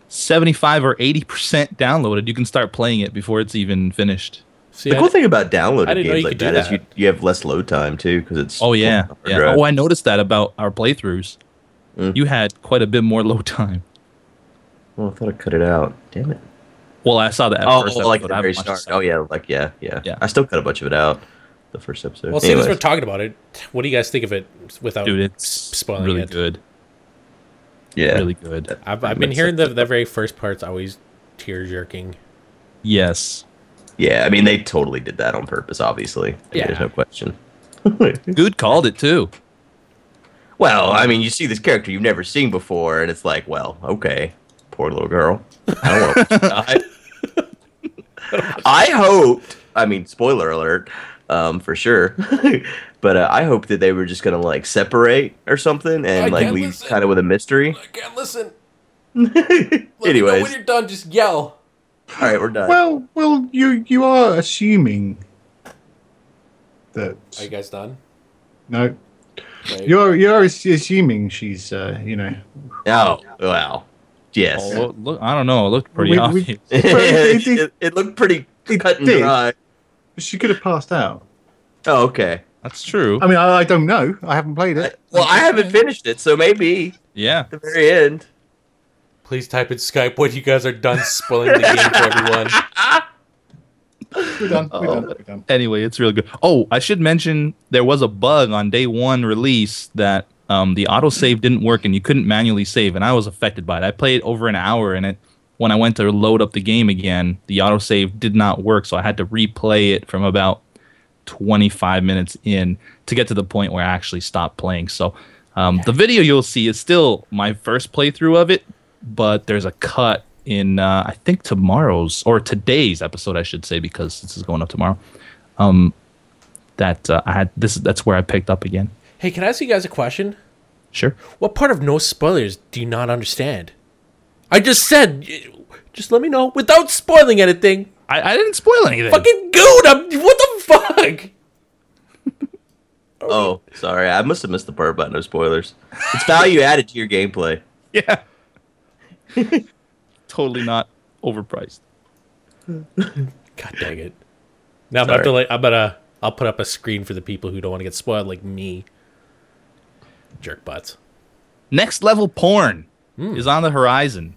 [SPEAKER 1] 75 or 80 percent downloaded, you can start playing it before it's even finished.
[SPEAKER 2] see,
[SPEAKER 4] the
[SPEAKER 2] I-
[SPEAKER 4] cool thing about downloading
[SPEAKER 2] I didn't know
[SPEAKER 4] games
[SPEAKER 2] you
[SPEAKER 4] like
[SPEAKER 2] could do
[SPEAKER 4] that is you,
[SPEAKER 2] that.
[SPEAKER 4] you have less load time too because it's
[SPEAKER 1] Oh yeah,
[SPEAKER 4] hard
[SPEAKER 1] yeah.
[SPEAKER 4] drive.
[SPEAKER 1] Oh, I noticed that about our playthroughs.
[SPEAKER 4] Mm.
[SPEAKER 1] You had quite a bit more (laughs) load time.
[SPEAKER 4] well, I thought I cut it out. Damn it.
[SPEAKER 1] Well, I saw that. At
[SPEAKER 4] Oh,
[SPEAKER 1] first
[SPEAKER 4] oh, like
[SPEAKER 1] episode.
[SPEAKER 4] at the
[SPEAKER 1] I haven't
[SPEAKER 4] very
[SPEAKER 1] watched
[SPEAKER 4] start.
[SPEAKER 1] the
[SPEAKER 4] Oh
[SPEAKER 1] second.
[SPEAKER 4] yeah, like yeah, yeah,
[SPEAKER 1] Yeah.
[SPEAKER 4] I still cut a bunch of it out. The first episode.
[SPEAKER 2] Well, since
[SPEAKER 4] Anyways.
[SPEAKER 2] we're talking about it, what do you guys think of it
[SPEAKER 4] Oh.
[SPEAKER 2] without
[SPEAKER 1] dude, it's
[SPEAKER 2] s- spoiling
[SPEAKER 1] really
[SPEAKER 2] it?
[SPEAKER 1] good.
[SPEAKER 4] yeah.
[SPEAKER 1] Really good.
[SPEAKER 2] I've, I've been
[SPEAKER 4] Makes
[SPEAKER 2] hearing the, the very first part's always tear jerking.
[SPEAKER 1] Yes.
[SPEAKER 4] Yeah, I mean they totally did that on purpose, obviously.
[SPEAKER 2] Yeah.
[SPEAKER 4] There's no question. (laughs)
[SPEAKER 1] Good called it too.
[SPEAKER 4] well, I mean you see this character you've never seen before and it's like, well, okay. Poor little girl. I don't want to die.
[SPEAKER 2] (laughs)
[SPEAKER 4] I hoped, I mean spoiler alert, um, for sure. (laughs) but uh, I hoped that they were just going to like separate or something and
[SPEAKER 2] I
[SPEAKER 4] like
[SPEAKER 2] can't
[SPEAKER 4] leave
[SPEAKER 2] listen.
[SPEAKER 4] kind of with a mystery.
[SPEAKER 2] can't listen.
[SPEAKER 4] (laughs) Anyways, all
[SPEAKER 2] done, just yell.
[SPEAKER 4] right, we're done.
[SPEAKER 3] Well, well, you you are assuming that
[SPEAKER 2] Are you guys done?
[SPEAKER 3] no, you're you're ass- assuming she's uh, you know.
[SPEAKER 4] oh, wow. Yes. (laughs)
[SPEAKER 1] Oh, look, look, I don't know. It looked pretty
[SPEAKER 3] We- we-
[SPEAKER 1] obvious.
[SPEAKER 4] it,
[SPEAKER 3] it-
[SPEAKER 4] it- it looked pretty cut and
[SPEAKER 3] did.
[SPEAKER 4] dry.
[SPEAKER 3] She could have passed out.
[SPEAKER 4] Oh, okay.
[SPEAKER 1] That's true.
[SPEAKER 3] I mean, I, I don't know. I haven't played it.
[SPEAKER 4] Well, I haven't finished it, so maybe
[SPEAKER 1] yeah.
[SPEAKER 4] the very end.
[SPEAKER 2] Please type in Skype when you guys are done spoiling the game for everyone.
[SPEAKER 3] We're done. We're done. We're done.
[SPEAKER 1] anyway, it's really good. Oh, I should mention there was a bug on day one release that um, the autosave didn't work and you couldn't manually save, and I was affected by it. I played over an hour and it. When I went to load up the game again, the autosave did not work, so I had to replay it from about 25 minutes in to get to the point where I actually stopped playing. So um, the video you'll see is still my first playthrough of it, but there's a cut in uh, I think tomorrow's or today's episode, I should say, because this is going up tomorrow. Um, that uh, I had this. That's where I picked up again.
[SPEAKER 2] Hey, can I ask you guys a question?
[SPEAKER 1] Sure.
[SPEAKER 2] What part of no spoilers do you not understand? I just said, just let me know without spoiling anything.
[SPEAKER 1] I, I didn't spoil anything.
[SPEAKER 2] Fucking good. I'm, what the fuck?
[SPEAKER 4] Oh, sorry. I must have missed the part about no spoilers. It's value added to your gameplay.
[SPEAKER 1] Yeah. (laughs) totally not overpriced.
[SPEAKER 2] God dang it. Now I'm about to like I'm gonna I'll put up a screen for the people who don't want to get spoiled like me. Jerk butts.
[SPEAKER 1] Next level porn is on the horizon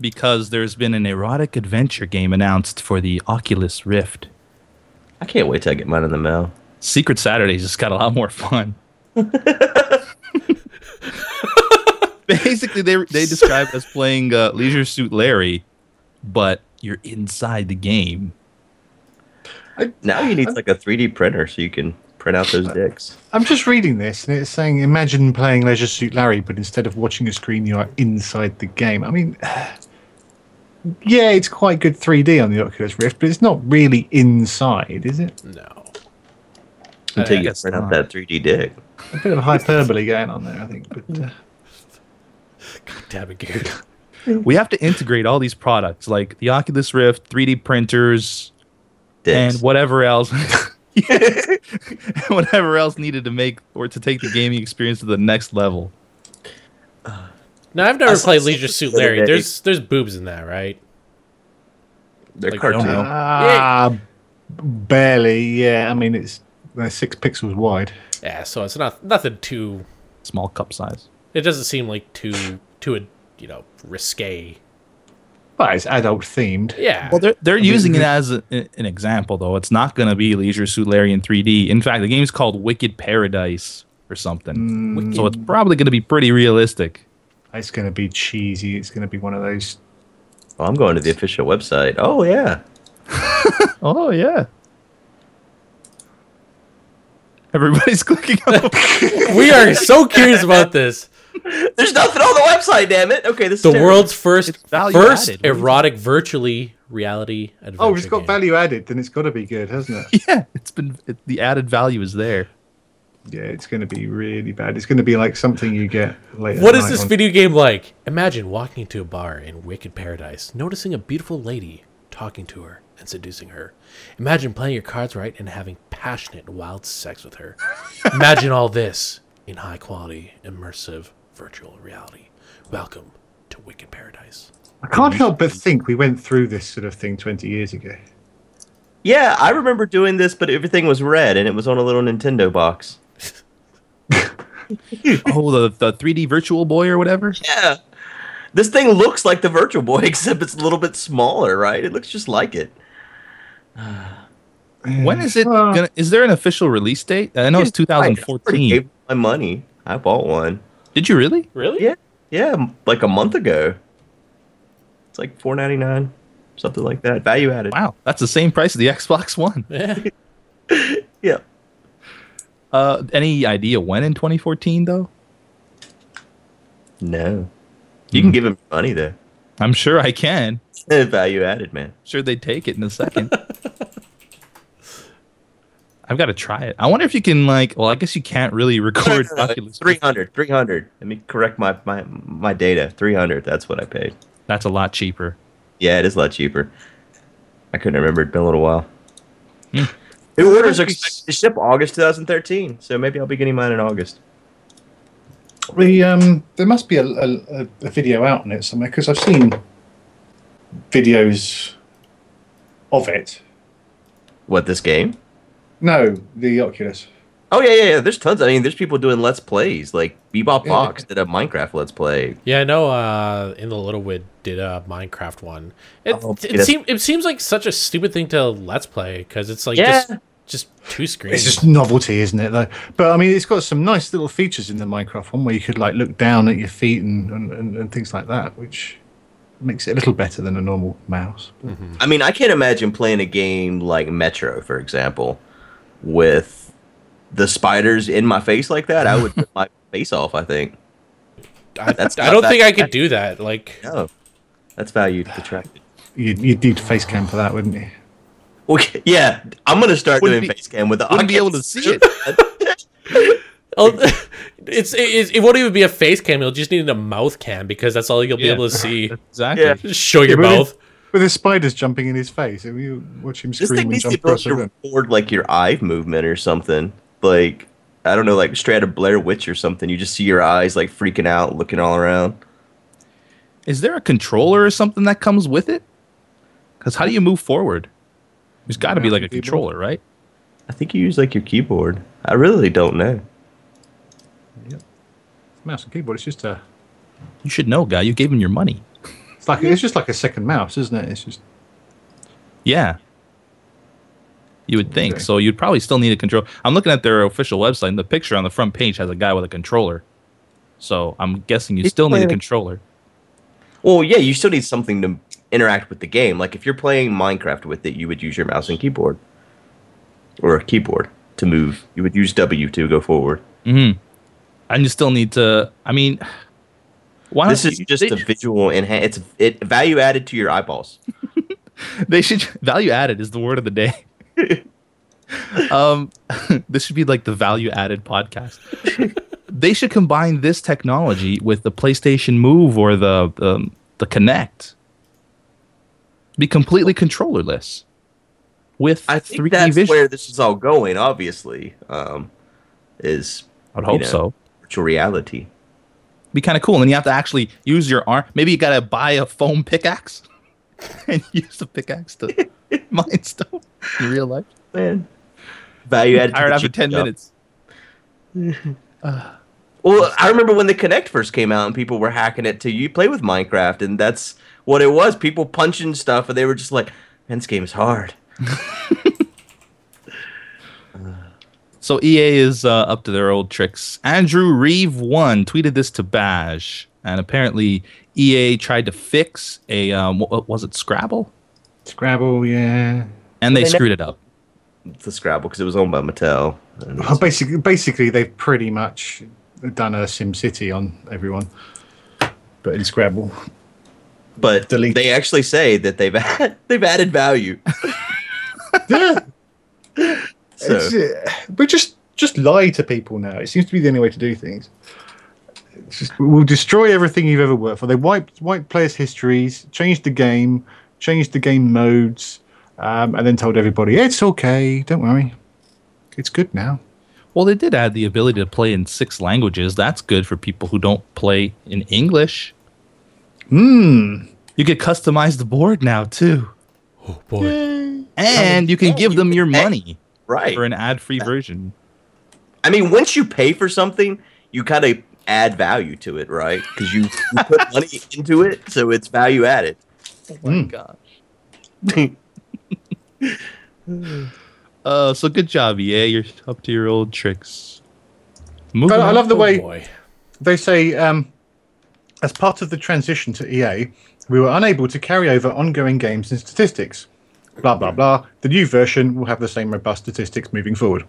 [SPEAKER 1] because there's been an erotic adventure game announced for the Oculus Rift.
[SPEAKER 4] I can't wait till I get mine in the mail.
[SPEAKER 1] Secret Saturdays just got a lot more fun. Basically, they they describe us playing uh, Leisure Suit Larry, but you're inside the game.
[SPEAKER 4] Now you need like a 3D printer so you can print out those dicks.
[SPEAKER 3] I'm just reading this, and it's saying, imagine playing Leisure Suit Larry, but instead of watching a screen, you are inside the game. I mean, (sighs) yeah, it's quite good 3D on the Oculus Rift, but it's not really inside, is it?
[SPEAKER 2] No.
[SPEAKER 4] Until
[SPEAKER 1] Uh, I
[SPEAKER 4] you
[SPEAKER 1] guess
[SPEAKER 4] print
[SPEAKER 1] not.
[SPEAKER 4] out that 3D dick.
[SPEAKER 3] A bit of hyperbole going on there, I think. But uh,
[SPEAKER 2] Damn it, Garrett.
[SPEAKER 1] We have to integrate all these products like the Oculus Rift, 3D printers,
[SPEAKER 4] Dicks.
[SPEAKER 1] and whatever (laughs) else Yes. whatever else needed to make or to take the gaming experience to the next level
[SPEAKER 2] Now I've never
[SPEAKER 4] I saw
[SPEAKER 2] played
[SPEAKER 4] something
[SPEAKER 2] Leisure Suit
[SPEAKER 4] the other
[SPEAKER 2] Larry.
[SPEAKER 4] day.
[SPEAKER 2] There's there's boobs in that, right?
[SPEAKER 4] They're
[SPEAKER 2] like,
[SPEAKER 4] cartoon.
[SPEAKER 2] no.
[SPEAKER 3] ah, barely, yeah. I mean, it's they're six pixels wide.
[SPEAKER 2] Yeah, so it's not nothing too
[SPEAKER 1] small cup size
[SPEAKER 2] it doesn't seem like too too uh, you know, risque.
[SPEAKER 3] But it's adult themed.
[SPEAKER 2] Yeah.
[SPEAKER 1] well they're, they're
[SPEAKER 3] mean,
[SPEAKER 1] using it
[SPEAKER 3] the-
[SPEAKER 1] as a, an example though it's not going to be leisure suit larry in 3d in fact the game's called wicked paradise or something so it's probably going to be pretty realistic
[SPEAKER 3] It's going to be cheesy. It's going to be one of those.
[SPEAKER 4] Oh, I'm going to the official website. Oh, yeah.
[SPEAKER 1] oh yeah everybody's (laughs) clicking on
[SPEAKER 2] we are so curious about this.
[SPEAKER 4] There's nothing on the website, damn it. Okay, this
[SPEAKER 2] The
[SPEAKER 4] is terrible.
[SPEAKER 2] world's first
[SPEAKER 1] value
[SPEAKER 2] first
[SPEAKER 1] added. What do you
[SPEAKER 2] erotic virtually reality adventure.
[SPEAKER 3] Oh, it's got
[SPEAKER 2] game.
[SPEAKER 3] value added, then it's got to be good, hasn't it?
[SPEAKER 1] yeah it's been it, the added value is there
[SPEAKER 3] Yeah, it's going to be really bad. It's going to be like something you get later.
[SPEAKER 2] What is this video game like? Imagine walking into a bar in Wicked Paradise, noticing a beautiful lady, talking to her, and seducing her. Imagine playing your cards right and having passionate, wild sex with her. Imagine all this in high quality, immersive virtual reality. Welcome to Wicked Paradise.
[SPEAKER 3] I can't help but think we went through this sort of thing 20 years ago.
[SPEAKER 4] Yeah, I remember doing this, but everything was red and it was on a little Nintendo box.
[SPEAKER 1] oh the, the 3d virtual boy or whatever
[SPEAKER 4] Yeah. This thing looks like the Virtual Boy, (laughs) except it's a little bit smaller, right? It looks just like it.
[SPEAKER 1] When is it
[SPEAKER 3] Uh,
[SPEAKER 1] gonna? Is there an official release date? I know it's
[SPEAKER 4] I already
[SPEAKER 1] 2014.
[SPEAKER 4] gave my money. I bought one.
[SPEAKER 1] Did you really?
[SPEAKER 2] Really?
[SPEAKER 4] Yeah, yeah, m- like a month ago. It's like four ninety nine, something like that. Value added.
[SPEAKER 1] Wow, that's the same price as the (laughs) Xbox One.
[SPEAKER 2] Yeah.
[SPEAKER 4] Yeah.
[SPEAKER 1] Uh, any idea when in 2014 though?
[SPEAKER 4] No, you can give him money though. (laughs)
[SPEAKER 1] I'm sure I can.
[SPEAKER 4] Value added, man.
[SPEAKER 1] Sure, they'd take it in a second. I've got to try it. I wonder if you can like. Well, I guess you can't really record Oculus.
[SPEAKER 4] (laughs) Three hundred. Three hundred. Let me correct my my my data. Three hundred. That's what I paid.
[SPEAKER 1] That's a lot cheaper.
[SPEAKER 4] Yeah, it is a lot cheaper. I couldn't remember. It's been a little while.
[SPEAKER 2] Hmm.
[SPEAKER 4] New orders are expected to ship August 2013, so maybe I'll be getting mine in August.
[SPEAKER 3] The, um, there must be a, a, a- a video out on it somewhere because I've seen videos of it.
[SPEAKER 4] What this game?
[SPEAKER 3] No, the Oculus.
[SPEAKER 4] Oh yeah, yeah, yeah. There's tons. I mean, there's people doing let's plays like Bebop
[SPEAKER 3] Yeah.
[SPEAKER 4] Fox did a Minecraft let's play.
[SPEAKER 2] Yeah, I know. Uh, in the Littlewood did a Minecraft one. It,
[SPEAKER 4] Oh, okay,
[SPEAKER 2] it
[SPEAKER 4] that's-
[SPEAKER 2] seems it seems like such a stupid thing to let's play because it's like
[SPEAKER 4] Yeah.
[SPEAKER 2] just just two screens.
[SPEAKER 3] It's just novelty, isn't it? Though, but I mean, it's got some nice little features in the Minecraft one where you could like look down at your feet and and, and, and things like that, which makes it a little better than a normal mouse.
[SPEAKER 4] I mean, I can't imagine playing a game like Metro, for example, with the spiders in my face like that. I
[SPEAKER 2] (laughs)
[SPEAKER 4] would rip my face off. I think.
[SPEAKER 2] I,
[SPEAKER 4] that's
[SPEAKER 2] I
[SPEAKER 4] not
[SPEAKER 2] don't
[SPEAKER 4] that-
[SPEAKER 2] think I could do that. Like,
[SPEAKER 4] No, that's value detracted.
[SPEAKER 3] You'd, you'd need face cam for that, wouldn't you?
[SPEAKER 4] Okay, yeah, I'm gonna start
[SPEAKER 1] Wouldn't
[SPEAKER 4] doing
[SPEAKER 1] be-
[SPEAKER 4] face cam with the.
[SPEAKER 1] wouldn't be able to
[SPEAKER 4] Oculus. (laughs)
[SPEAKER 1] see it.
[SPEAKER 2] oh, (laughs) it's it, it won't even be a face cam. You'll just need a mouth cam because that's all you'll be
[SPEAKER 1] Yeah.
[SPEAKER 2] able to see.
[SPEAKER 1] Exactly.
[SPEAKER 4] Yeah.
[SPEAKER 2] Just show your
[SPEAKER 3] really-
[SPEAKER 2] mouth.
[SPEAKER 3] With the spiders jumping in his face, and you watch him
[SPEAKER 4] This thing
[SPEAKER 3] scream and
[SPEAKER 4] needs to be
[SPEAKER 3] jump
[SPEAKER 4] able
[SPEAKER 3] across
[SPEAKER 4] to
[SPEAKER 3] the room.
[SPEAKER 4] record like your eye movement or something. Like I don't know, like straight out of Blair Witch or something. You just see your eyes like freaking out, looking all around.
[SPEAKER 1] Is there a controller or something that comes with it? Because how do you move forward? There's got to be like a
[SPEAKER 3] Keyboard.
[SPEAKER 1] controller, right?
[SPEAKER 4] I think you use like your keyboard. I really don't know.
[SPEAKER 3] Mouse and keyboard. It's just a.
[SPEAKER 1] You should know, guy. You gave him your money.
[SPEAKER 3] It's like it's just like a second mouse, isn't it? It's just
[SPEAKER 1] Yeah. You would think.
[SPEAKER 3] Okay.
[SPEAKER 1] So you'd probably still need a control. I'm looking at their official website, and the picture on the front page has a guy with a controller. So I'm guessing you
[SPEAKER 4] He's
[SPEAKER 1] still need a
[SPEAKER 4] playing a-
[SPEAKER 1] controller.
[SPEAKER 4] Well, yeah, you still need something to interact with the game. Like if you're playing Minecraft with it, you would use your mouse and keyboard, or a keyboard to move. You would use W to go forward.
[SPEAKER 1] And you still need to. I mean, (sighs) why
[SPEAKER 4] This
[SPEAKER 1] don't
[SPEAKER 4] is
[SPEAKER 1] you-
[SPEAKER 4] just
[SPEAKER 1] they,
[SPEAKER 4] a visual enhance. It's it value added to your eyeballs.
[SPEAKER 1] they should value added is the word of the day.
[SPEAKER 4] (laughs)
[SPEAKER 1] um, (laughs) this should be like the value added podcast.
[SPEAKER 4] (laughs)
[SPEAKER 1] they should combine this technology with the PlayStation Move or the um, the Connect. Be completely controllerless. With
[SPEAKER 4] I think
[SPEAKER 1] 3D
[SPEAKER 4] that's
[SPEAKER 1] vision,
[SPEAKER 4] where this is all going. Obviously, um, is
[SPEAKER 1] I'd
[SPEAKER 4] you
[SPEAKER 1] hope
[SPEAKER 4] know,
[SPEAKER 1] so.
[SPEAKER 4] Virtual reality.
[SPEAKER 1] Be kind of cool, and you have to actually use your arm. Maybe you gotta buy a foam pickaxe (laughs) and use the pickaxe
[SPEAKER 4] (laughs)
[SPEAKER 1] to mine stuff in real life.
[SPEAKER 4] Man, value added. to
[SPEAKER 1] Tired
[SPEAKER 4] the
[SPEAKER 1] after
[SPEAKER 4] cheap
[SPEAKER 1] ten
[SPEAKER 4] stuff.
[SPEAKER 1] minutes.
[SPEAKER 4] Well, I remember when the Kinect first came out and people were hacking it to you play with Minecraft, and that's what it was. People punching stuff, and they were just like, "Man, this game is hard."
[SPEAKER 1] So EA is uh, up to their old tricks. Andrew Reeve one tweeted this to Bash, and apparently EA tried to fix a um, wh- what was it Scrabble,
[SPEAKER 3] Scrabble, yeah.
[SPEAKER 1] and they
[SPEAKER 4] They ne-
[SPEAKER 1] screwed it up.
[SPEAKER 4] The Scrabble because it was owned by Mattel. And
[SPEAKER 3] Well, basically, basically, they've pretty much done a Sim City on everyone, but in Scrabble.
[SPEAKER 4] but
[SPEAKER 3] Delete.
[SPEAKER 4] they actually say that they've (laughs) add, they've added value. (laughs)
[SPEAKER 3] Yeah,
[SPEAKER 4] So
[SPEAKER 3] it's, uh, but just just lie to people now. It seems to be the only way to do things. It's just, we'll destroy everything you've ever worked for. They wiped wiped players' histories, changed the game, changed the game modes, um, and then told everybody it's okay. Don't worry, it's good
[SPEAKER 2] (laughs)
[SPEAKER 3] now.
[SPEAKER 1] Well, they did add the ability to play in six languages. That's good for people who don't play in English. Hmm. You could customize the board now too,
[SPEAKER 2] Oh boy.
[SPEAKER 1] and you can give them your money
[SPEAKER 4] right.
[SPEAKER 1] for an ad-free version.
[SPEAKER 4] I mean, once you pay for something, you kind of add value to it, right? Because you,
[SPEAKER 3] (laughs)
[SPEAKER 4] you put money into it, so it's value added.
[SPEAKER 1] Uh, so good job, EA. You're up to your old tricks. Moving
[SPEAKER 3] But I
[SPEAKER 1] on.
[SPEAKER 3] love the
[SPEAKER 2] Oh,
[SPEAKER 3] way
[SPEAKER 2] boy. (laughs)
[SPEAKER 3] they say um, as part of the transition to EA, we were unable to carry over ongoing games and statistics. Blah blah blah. The new version will have the same robust statistics moving forward.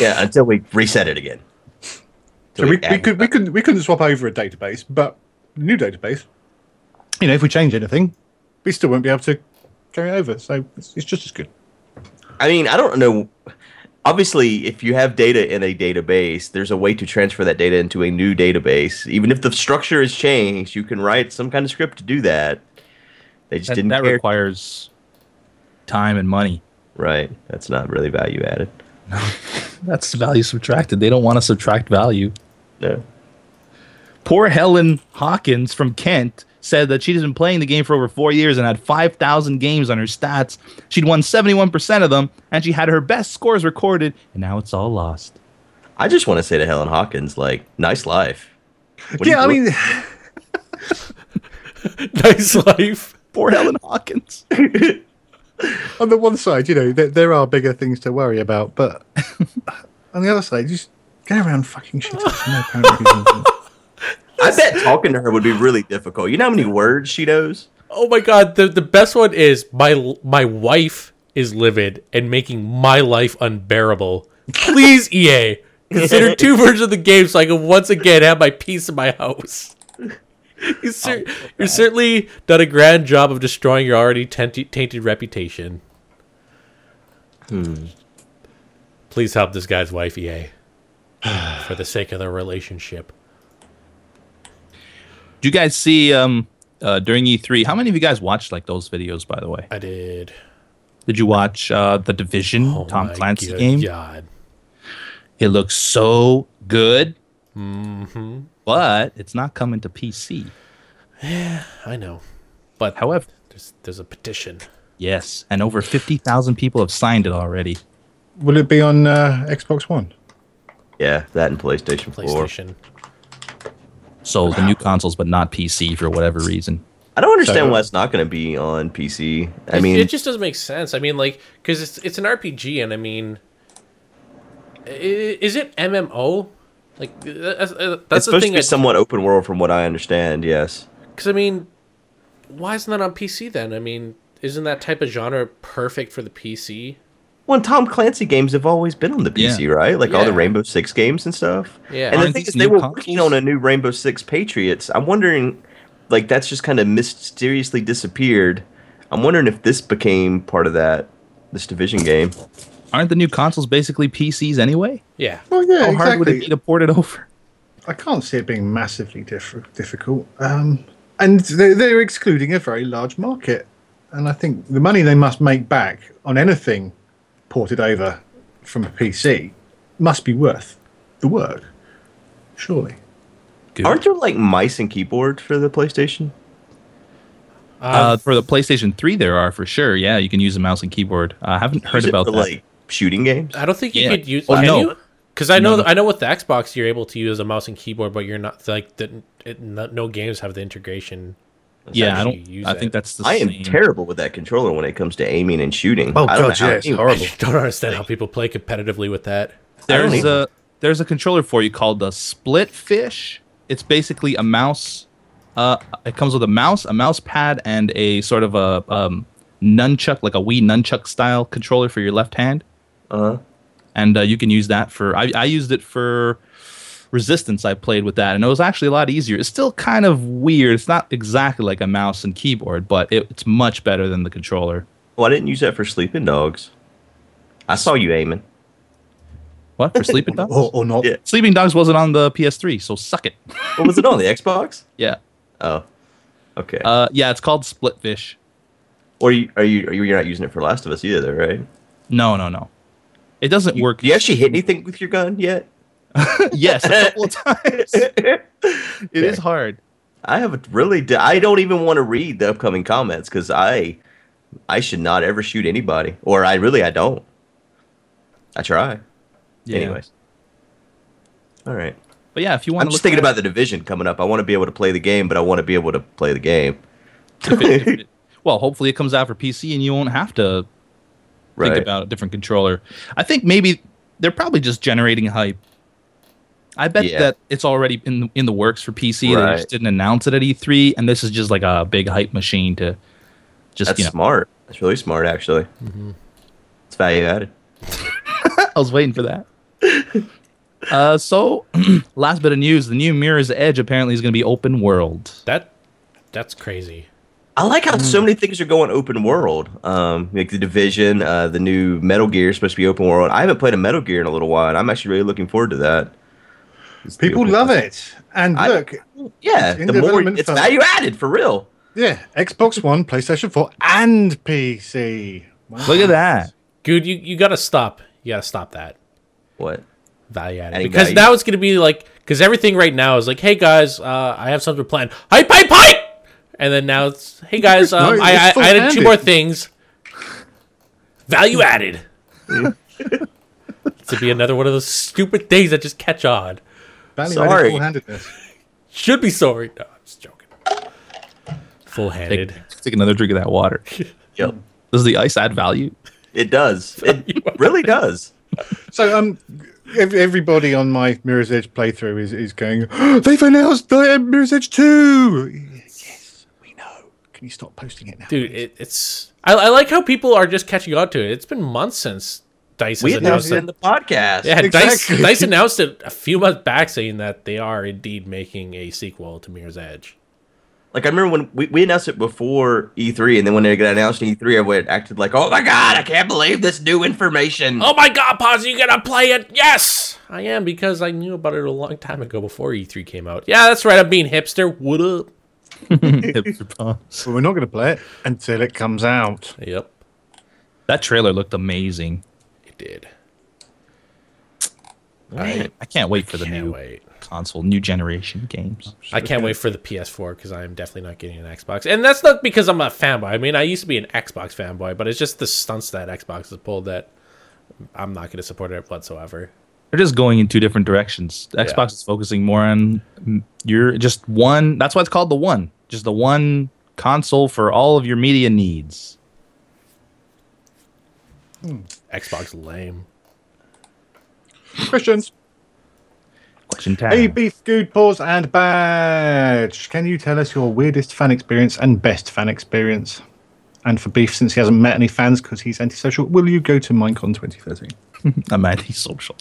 [SPEAKER 4] Yeah, until we reset it again.
[SPEAKER 3] So we, we could we couldn't we couldn't swap over a database, but the new database. You know, if we change anything, we still won't be able to carry it over. So it's, it's just as good.
[SPEAKER 4] I mean, I don't know. Obviously, if you have data in a database, there's a way to transfer that data into a new database. Even if the structure is changed, you can write some kind of script to do that. They just
[SPEAKER 1] that,
[SPEAKER 4] didn't
[SPEAKER 1] that
[SPEAKER 4] care.
[SPEAKER 1] requires time and money.
[SPEAKER 4] right. That's not really value added.
[SPEAKER 1] That's value subtracted. They don't want to subtract value.
[SPEAKER 4] No.
[SPEAKER 1] Poor Helen Hawkins from Kent said that she'd been playing the game for over four years and had 5,000 games on her stats. She'd won 71% of them, and she had her best scores recorded, and now it's all lost.
[SPEAKER 4] I just want to say to Helen Hawkins, like, nice life. What are
[SPEAKER 3] yeah, I
[SPEAKER 4] you doing?
[SPEAKER 3] mean,
[SPEAKER 2] nice life.
[SPEAKER 1] Poor Helen (laughs) Hawkins.
[SPEAKER 3] (laughs) on the one side, you know, there, there are bigger things to worry about, but (laughs) on the other side, just go around fucking (laughs) shit up for no apparent reason.
[SPEAKER 4] I bet talking to her would be really difficult. You know how many words she knows?
[SPEAKER 2] Oh my god, the the best one is my my wife is livid and making my life unbearable. Please, EA,
[SPEAKER 1] (laughs)
[SPEAKER 2] consider two versions of the game so I can once again have my peace in my house. (laughs) You cer-
[SPEAKER 1] Oh,
[SPEAKER 2] you've certainly done a grand job of destroying your already tainted, tainted reputation.
[SPEAKER 1] Hmm.
[SPEAKER 2] Please help this guy's wife, EA, for the sake of their relationship.
[SPEAKER 1] Do you guys see um, uh, during E3? How many of you guys watched like those videos? By the way,
[SPEAKER 2] I did.
[SPEAKER 1] did you watch uh, the Division
[SPEAKER 2] Oh
[SPEAKER 1] Tom
[SPEAKER 2] my
[SPEAKER 1] Clancy
[SPEAKER 2] good
[SPEAKER 1] game?
[SPEAKER 2] God.
[SPEAKER 1] It looks so good,
[SPEAKER 4] Mm-hmm.
[SPEAKER 1] but it's not coming to PC.
[SPEAKER 2] I know. But
[SPEAKER 1] However,
[SPEAKER 2] there's there's a petition.
[SPEAKER 1] yes, and over fifty thousand people have signed it already.
[SPEAKER 3] Will it be on uh, Xbox One?
[SPEAKER 4] Yeah, that and PlayStation 4.
[SPEAKER 2] PlayStation.
[SPEAKER 1] So the new consoles, but not PC for whatever reason.
[SPEAKER 4] I don't understand
[SPEAKER 3] So-
[SPEAKER 4] why it's not going to be on PC. I
[SPEAKER 2] It-
[SPEAKER 4] mean,
[SPEAKER 2] it, just doesn't make sense. I mean, like, because it's it's an RPG, and I mean, i- is it MMO? Like, th- that's, uh,
[SPEAKER 4] it's
[SPEAKER 2] that's the
[SPEAKER 4] supposed
[SPEAKER 2] thing.
[SPEAKER 4] to be somewhat open world from what I understand, yes.
[SPEAKER 2] Because I mean, why isn't that on PC then? I mean, isn't that type of genre perfect for the PC?
[SPEAKER 4] Well, and Tom Clancy games have always been on the PC,
[SPEAKER 1] Yeah.
[SPEAKER 4] right? Like all the
[SPEAKER 2] Yeah.
[SPEAKER 4] Rainbow Six games and stuff.
[SPEAKER 2] Yeah.
[SPEAKER 4] And the
[SPEAKER 1] Aren't
[SPEAKER 4] thing
[SPEAKER 1] these
[SPEAKER 4] is, they
[SPEAKER 1] new
[SPEAKER 4] were
[SPEAKER 1] consoles?
[SPEAKER 4] working on a new Rainbow Six Patriots. I'm wondering, like, that's just kind of mysteriously disappeared. I'm wondering if this became part of that, this division game.
[SPEAKER 1] Aren't the new consoles basically PCs anyway?
[SPEAKER 2] Yeah.
[SPEAKER 3] Well, yeah,
[SPEAKER 1] How hard would it be
[SPEAKER 3] exactly.
[SPEAKER 1] to port it over?
[SPEAKER 3] I can't see it being massively diff- difficult. Um, and they're, they're excluding a very large market. And I think the money they must make back on anything ported over from a PC must be worth the work, surely.
[SPEAKER 1] Good.
[SPEAKER 4] Aren't there, like, mice and keyboard for the PlayStation?
[SPEAKER 1] uh,
[SPEAKER 2] Um,
[SPEAKER 1] for the PlayStation 3, there are for sure. Yeah, you can use a mouse and keyboard. Uh, I haven't heard
[SPEAKER 4] Is it
[SPEAKER 1] about
[SPEAKER 4] for,
[SPEAKER 1] that.
[SPEAKER 4] like, shooting games?
[SPEAKER 2] I don't think you
[SPEAKER 1] yeah.
[SPEAKER 2] could use.
[SPEAKER 1] Oh,
[SPEAKER 2] can
[SPEAKER 1] no.
[SPEAKER 2] you? Because I know,
[SPEAKER 1] no.
[SPEAKER 2] I know with the Xbox you're able to use a mouse and keyboard, but you're not like the, it, no, no games have the integration.
[SPEAKER 1] yeah, I
[SPEAKER 2] actually
[SPEAKER 1] don't.
[SPEAKER 2] use
[SPEAKER 1] I
[SPEAKER 2] that.
[SPEAKER 1] think that's the
[SPEAKER 4] I am
[SPEAKER 1] same.
[SPEAKER 4] terrible with that controller when it comes to aiming and shooting. I don't know how anyone-
[SPEAKER 2] I just (laughs) don't understand how people play competitively with that.
[SPEAKER 4] I don't
[SPEAKER 1] There's
[SPEAKER 4] even-
[SPEAKER 1] a there's a controller for you called the Split Fish. It's basically a mouse. Uh, it comes with a mouse, a mouse pad, and a sort of a um, nunchuck, like a Wii nunchuck style controller for your left hand.
[SPEAKER 4] Uh-huh.
[SPEAKER 1] And uh, you can use that for. I, I used it for Resistance. I played with that, and it was actually a lot easier. It's still kind of weird. It's not exactly like a mouse and keyboard, but it, it's much better than the controller.
[SPEAKER 4] Well, Oh, I didn't use that for sleeping dogs. I saw you aiming.
[SPEAKER 1] What for sleeping dogs?
[SPEAKER 3] Or, or not.
[SPEAKER 4] Yeah.
[SPEAKER 1] Sleeping Dogs wasn't on the PS3, so suck it. (laughs)
[SPEAKER 4] What was it on the Xbox?
[SPEAKER 1] Yeah.
[SPEAKER 4] Oh, okay.
[SPEAKER 1] Uh, yeah, it's called Splitfish.
[SPEAKER 4] or you, are you are you you're not using it for Last of Us either, right?
[SPEAKER 1] No, no, no. It doesn't
[SPEAKER 4] (laughs)
[SPEAKER 1] work.
[SPEAKER 4] Do
[SPEAKER 1] (laughs)
[SPEAKER 4] you actually hit anything with your gun yet?
[SPEAKER 1] yes, a couple of times. (laughs) It is
[SPEAKER 4] Okay.
[SPEAKER 1] hard.
[SPEAKER 4] I have a really. d I don't even want to read the upcoming comments because I I should not ever shoot anybody, or I really I don't. I try.
[SPEAKER 1] Yeah.
[SPEAKER 4] Anyways. All right.
[SPEAKER 1] But yeah, if you want
[SPEAKER 4] I'm
[SPEAKER 1] to
[SPEAKER 4] just thinking about the division coming up. I want to be able to play the game, but I want to be able to play the game. (laughs)
[SPEAKER 1] it, well, hopefully it comes out for PC and you won't have to
[SPEAKER 4] right.
[SPEAKER 1] think about a different controller. I think maybe they're probably just generating hype. I bet
[SPEAKER 4] Yeah.
[SPEAKER 1] that it's already in in the works for PC. They
[SPEAKER 4] Right.
[SPEAKER 1] just didn't announce it at E3, and this is just like a big hype machine to just
[SPEAKER 4] That's
[SPEAKER 1] you know.
[SPEAKER 4] smart. That's really smart, actually.
[SPEAKER 3] Mm-hmm.
[SPEAKER 4] It's value added.
[SPEAKER 1] I was waiting for
[SPEAKER 2] (laughs)
[SPEAKER 1] that. Uh, so, (clears throat) last bit of news: the new Mirror's Edge apparently is going to be open world.
[SPEAKER 2] That that's crazy.
[SPEAKER 4] I like how
[SPEAKER 3] Mm.
[SPEAKER 4] so many things are going open world. Um, like the division, uh, the new Metal Gear is supposed to be open world. I haven't played a Metal Gear in a little while, and I'm actually really looking forward to that. It's the
[SPEAKER 3] People
[SPEAKER 4] open-
[SPEAKER 3] love it. And
[SPEAKER 4] I-
[SPEAKER 3] look,
[SPEAKER 4] Yeah,
[SPEAKER 3] It's in
[SPEAKER 4] the more
[SPEAKER 3] development
[SPEAKER 4] it's
[SPEAKER 3] for-
[SPEAKER 4] value added for real.
[SPEAKER 3] yeah, Xbox One, PlayStation 4, and PC. Wow.
[SPEAKER 1] Look at that.
[SPEAKER 2] Dude, you, you gotta stop. You gotta stop that
[SPEAKER 4] What?
[SPEAKER 2] value added
[SPEAKER 4] Adding
[SPEAKER 2] because
[SPEAKER 4] value.
[SPEAKER 2] now it's gonna be like because everything right now is like, hey guys, uh, I have something planned. Hype, hype, hype. and then now it's hey guys,
[SPEAKER 3] No,
[SPEAKER 2] um,
[SPEAKER 3] it's
[SPEAKER 2] I, I, I added
[SPEAKER 3] full-handed.
[SPEAKER 2] two more things. Value
[SPEAKER 3] (laughs)
[SPEAKER 2] added. to be another one of those stupid things that just catch on.
[SPEAKER 3] Value
[SPEAKER 4] Sorry.
[SPEAKER 3] handedness.
[SPEAKER 2] Should be sorry. No, I'm just joking. Full handed.
[SPEAKER 1] Let's take another drink of that
[SPEAKER 2] (laughs)
[SPEAKER 1] water.
[SPEAKER 4] Yep.
[SPEAKER 1] Does the ice add value? (laughs)
[SPEAKER 4] It does. It really does.
[SPEAKER 3] So um, ev- everybody on my Mirror's Edge playthrough is is going. (gasps) They've announced the uh, Mirror's Edge two. Yes, we know. Can you stop posting it now,
[SPEAKER 2] Dude, it, it's. I, I like how people are just catching on to it. It's been months since Dice
[SPEAKER 4] We
[SPEAKER 2] has announced
[SPEAKER 4] announced it in
[SPEAKER 2] that.
[SPEAKER 4] the podcast.
[SPEAKER 2] Yeah,
[SPEAKER 3] Exactly.
[SPEAKER 2] Dice, Dice announced it a few months back saying that they are indeed making a sequel to Mirror's Edge.
[SPEAKER 4] Like I remember when we, we announced it before E3, and then when it got announced in E3, I went acted like, "Oh my god, I can't believe this new information."
[SPEAKER 2] Oh my god, Paz, you gonna play it? Yes! I am because I knew about it a long time ago before E3 came out. Yeah, that's right, I'm being hipster. What up?
[SPEAKER 1] Hipster pumps.
[SPEAKER 3] Well, we're not going to play it until it comes out.
[SPEAKER 2] Yep,
[SPEAKER 1] that trailer looked amazing.
[SPEAKER 2] it did.
[SPEAKER 1] I, I can't wait for the
[SPEAKER 2] Can't
[SPEAKER 1] new
[SPEAKER 2] wait.
[SPEAKER 1] console, new generation games.
[SPEAKER 2] I can't wait for the PS4 because I am definitely not getting an Xbox. And that's not because I'm a fanboy. I mean, I used to be an Xbox fanboy, but it's just the stunts that Xbox has pulled that I'm not going to support it whatsoever.
[SPEAKER 1] They're just going in two different directions. The Xbox is focusing more on mm, your just one. That's why it's called the one. Just the one console for all of your media needs.
[SPEAKER 2] Xbox lame.
[SPEAKER 3] Questions.
[SPEAKER 1] Question tag.
[SPEAKER 3] Hey, Beef, Good, Paws, and Badge. Can you tell us your weirdest fan experience and best fan experience? And for Beef, since he hasn't met any fans because he's antisocial, will you go to Minecon 2013?
[SPEAKER 1] I'm antisocial.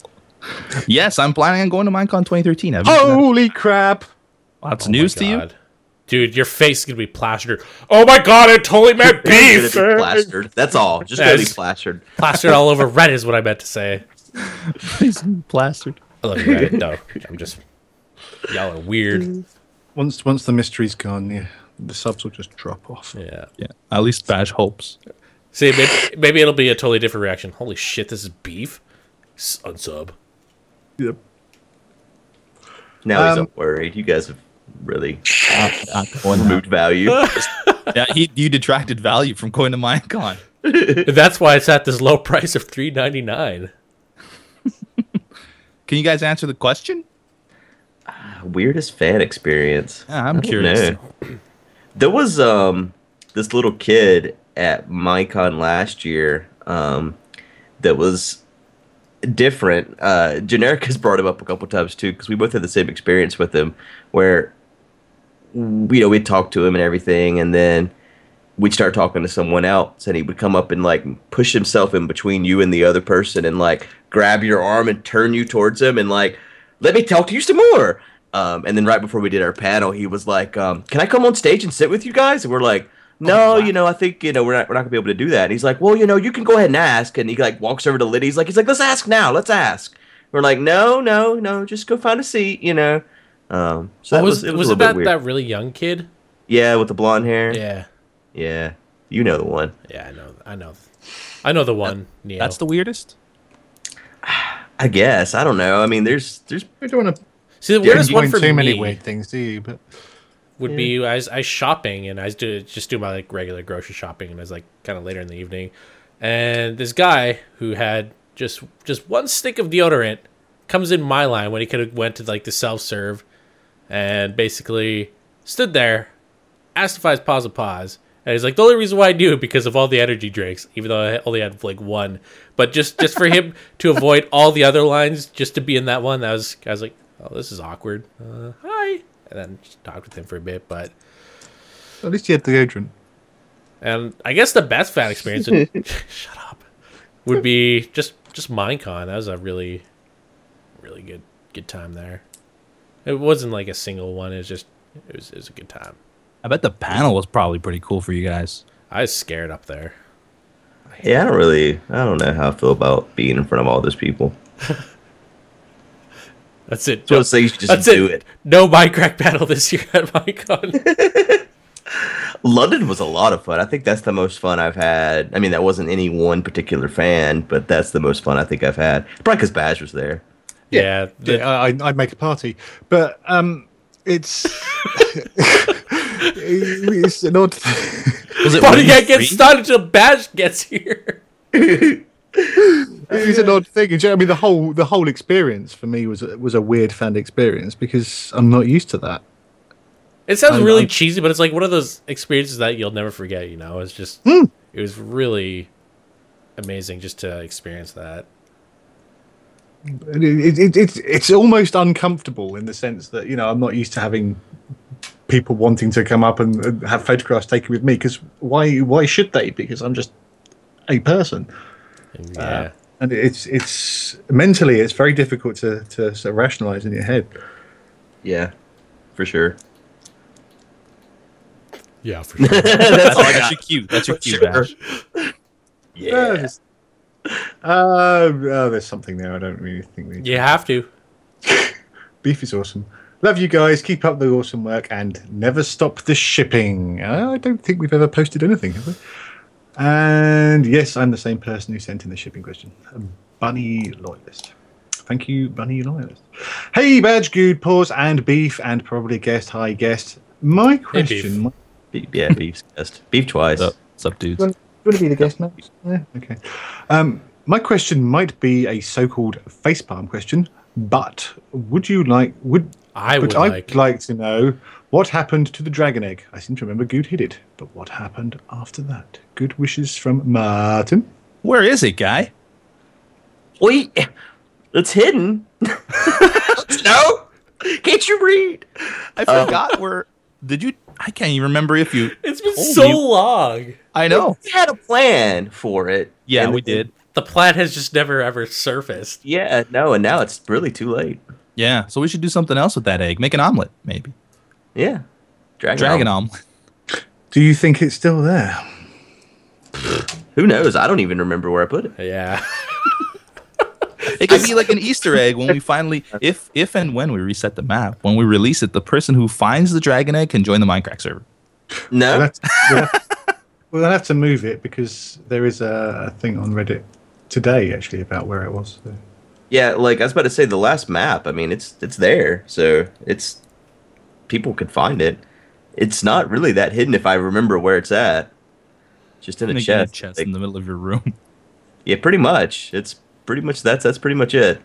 [SPEAKER 1] yes, I'm planning on going to Minecon 2013. Have you seen that?
[SPEAKER 3] Holy crap!
[SPEAKER 1] that's
[SPEAKER 2] Oh my
[SPEAKER 1] news to you.
[SPEAKER 2] God. Dude, your face is going to be plastered. Oh my god, it totally meant
[SPEAKER 4] It's
[SPEAKER 2] beef!
[SPEAKER 4] gonna be plastered. That's all. Just gonna be
[SPEAKER 2] Yes.
[SPEAKER 4] plastered.
[SPEAKER 2] plastered all over red is what I meant to say.
[SPEAKER 1] (laughs) He's plastered.
[SPEAKER 2] I love you, Reddit, though. I'm just y'all are weird.
[SPEAKER 3] Once, once the mystery's gone, yeah, the subs will just drop off.
[SPEAKER 2] Yeah.
[SPEAKER 1] Yeah, at least Bash hopes.
[SPEAKER 2] See, maybe, maybe it'll be a totally different reaction. Holy shit, this is beef. S- Unsub.
[SPEAKER 3] Yep.
[SPEAKER 4] Now he's
[SPEAKER 3] Um,
[SPEAKER 4] all worried. You guys have really
[SPEAKER 1] Not- not going
[SPEAKER 4] (laughs)
[SPEAKER 1] now.
[SPEAKER 4] removed value.
[SPEAKER 1] yeah, he, you detracted value from going to Minecon.
[SPEAKER 2] That's why it's at this low (laughs) price of three ninety nine.
[SPEAKER 1] Can you guys answer the question?
[SPEAKER 4] Weirdest fan experience.
[SPEAKER 1] Yeah, I'm
[SPEAKER 4] I don't
[SPEAKER 1] curious.
[SPEAKER 4] know. There was um this little kid at MyCon last year um that was different. Uh, Generic has brought him up a couple times too because we both had the same experience with him where you know we talked to him and everything and then we'd start talking to someone else and he would come up and like push himself in between you and the other person and like grab your arm and turn you towards him and like let me talk to you some more um, and then right before we did our panel he was like um, can i come on stage and sit with you guys and we're like no you know i think you know we're not, we're not gonna be able to do that and he's like well you know you can go ahead and ask and he like walks over to liddy he's like he's like let's ask now let's ask we're like no no no just go find a seat you know um, so that was,
[SPEAKER 2] was
[SPEAKER 4] it
[SPEAKER 2] was,
[SPEAKER 4] was, a
[SPEAKER 2] it
[SPEAKER 4] little bit
[SPEAKER 2] that,
[SPEAKER 4] weird.
[SPEAKER 2] that really young kid?
[SPEAKER 4] yeah with the blonde hair
[SPEAKER 2] Yeah.
[SPEAKER 4] yeah you know the one
[SPEAKER 2] Yeah, I know. I know. I know the one. Neo.
[SPEAKER 1] That's the weirdest.
[SPEAKER 4] I guess I don't know. I mean, there's there's
[SPEAKER 3] We don't want to
[SPEAKER 2] see the
[SPEAKER 3] point
[SPEAKER 2] weirdest one for
[SPEAKER 3] too
[SPEAKER 2] me
[SPEAKER 3] many weird things, do you? But
[SPEAKER 2] would be I was, I was shopping and I was do, just do my like regular grocery shopping and it was like kind of later in the evening, and this guy who had just just one stick of deodorant comes in my line when he could have went to like the self serve, and basically stood there, asked if I was pause a pause. And he's like, the only reason why I knew it because of all the energy drinks, even though I only had like one, but just just for him (laughs) to avoid all the other lines, just to be in that one, that was I was like, oh, this is awkward. Uh, hi, and then just talked with him for a bit. But
[SPEAKER 3] at least you had deodorant.
[SPEAKER 2] and I guess the best fan experience, would, shut up, would be just just Minecon. That was a really, really good good time there. It wasn't like a single one. It was just it was it was a good time.
[SPEAKER 1] I bet the panel was probably pretty cool for you guys.
[SPEAKER 2] I was scared up there.
[SPEAKER 4] yeah. I don't really I don't know how I feel about being in front of all those people.
[SPEAKER 2] That's it.
[SPEAKER 4] It's one of those things you just
[SPEAKER 2] That's
[SPEAKER 4] do
[SPEAKER 2] it.
[SPEAKER 4] it.
[SPEAKER 2] No Minecraft battle this year at (laughs) Minecon.
[SPEAKER 4] London was a lot of fun. I think that's the most fun I've had. I mean, that wasn't any one particular fan, but that's the most fun I think I've had. Probably because Badge was there.
[SPEAKER 2] yeah, the- uh,
[SPEAKER 3] yeah, I, I- I'd make a party. But um, it's (laughs) it's an odd thing.
[SPEAKER 1] Was it
[SPEAKER 2] Party can't
[SPEAKER 1] free?
[SPEAKER 2] get started until Bash gets here.
[SPEAKER 3] It was an odd thing. in general. I mean, the whole the whole experience for me was a- was a weird fan experience because I'm not used to that.
[SPEAKER 2] It sounds
[SPEAKER 3] I'm-
[SPEAKER 2] really
[SPEAKER 3] I'm-
[SPEAKER 2] cheesy, but it's like one of those experiences that you'll never forget. You know, it's just it was really amazing just to experience that.
[SPEAKER 3] It, it, it, it's it's almost uncomfortable in the sense that you know I'm not used to having people wanting to come up and, and have photographs taken with me because why why should they? Because I'm just a person.
[SPEAKER 2] And, yeah,
[SPEAKER 3] and it's it's mentally it's very difficult to to sort of rationalize in your head.
[SPEAKER 4] Yeah, for sure.
[SPEAKER 2] yeah, for sure. Oh
[SPEAKER 1] That's, that's your cue. That's your cue,
[SPEAKER 4] Sure.
[SPEAKER 1] Bash.
[SPEAKER 3] Uh,
[SPEAKER 4] Yeah.
[SPEAKER 3] just- uh, oh, there's something there. I don't really think we.
[SPEAKER 2] you have to.
[SPEAKER 3] Beef is awesome. Love you guys. Keep up the awesome work and never stop the shipping. Uh, I don't think we've ever posted anything, have we? And yes, I'm the same person who sent in the shipping question. Bunny Loyalist. Thank you, Bunny Loyalist. Hey, Badge, Good, Pause, and Beef, and probably guest. Hi, guest. My question. my-
[SPEAKER 4] Beef, yeah, beef's best. Beef twice.
[SPEAKER 1] What's up? What's up, dudes?
[SPEAKER 3] Do you want- do you want to be the guest now? Yeah, okay. Um, my question might be a so-called facepalm question, but would you like would
[SPEAKER 2] I
[SPEAKER 3] but
[SPEAKER 2] would
[SPEAKER 3] I'd
[SPEAKER 2] like.
[SPEAKER 3] like to know what happened to the dragon egg? I seem to remember Good hid it, but what happened after that? Good wishes from Martin.
[SPEAKER 1] Where is it, guy?
[SPEAKER 4] Wait, it's hidden. (laughs) no, can't you read?
[SPEAKER 1] I
[SPEAKER 2] Oh.
[SPEAKER 1] forgot where. Did you? I can't even remember if you.
[SPEAKER 2] It's been
[SPEAKER 1] Told
[SPEAKER 2] so
[SPEAKER 1] you.
[SPEAKER 2] long.
[SPEAKER 1] I
[SPEAKER 2] (laughs)
[SPEAKER 1] know.
[SPEAKER 4] (laughs) We had a plan for it.
[SPEAKER 1] Oh. Yeah,
[SPEAKER 4] and
[SPEAKER 1] we
[SPEAKER 4] then-
[SPEAKER 1] did.
[SPEAKER 2] The plan has just never ever surfaced.
[SPEAKER 4] Yeah, no, and now it's really too late.
[SPEAKER 1] Yeah. So we should do something else with that egg. Make an omelet, maybe.
[SPEAKER 4] Yeah, dragon.
[SPEAKER 1] Dragon omelet.
[SPEAKER 3] Do you think it's still there?
[SPEAKER 4] Who knows? I don't even remember where I put it.
[SPEAKER 2] Yeah.
[SPEAKER 1] (laughs)
[SPEAKER 2] (laughs)
[SPEAKER 1] It could be like an Easter egg when we finally, if if and when we reset the map, when we release it, the person who finds the dragon egg can join the Minecraft server.
[SPEAKER 4] No,
[SPEAKER 3] We'll have to- (laughs) we'll have- we'll have to move it because there is a thing on Reddit today actually about where it was.
[SPEAKER 2] Uh,
[SPEAKER 3] So.
[SPEAKER 4] yeah, like I was about to say, the last map. I mean, it's it's there, so it's people could find it. It's not really that hidden if I remember where it's at. Just in a
[SPEAKER 1] Make it
[SPEAKER 4] chest.
[SPEAKER 1] chest
[SPEAKER 4] like-
[SPEAKER 1] in the middle of your room. (laughs)
[SPEAKER 4] Yeah, pretty much. It's pretty much that's that's pretty much it.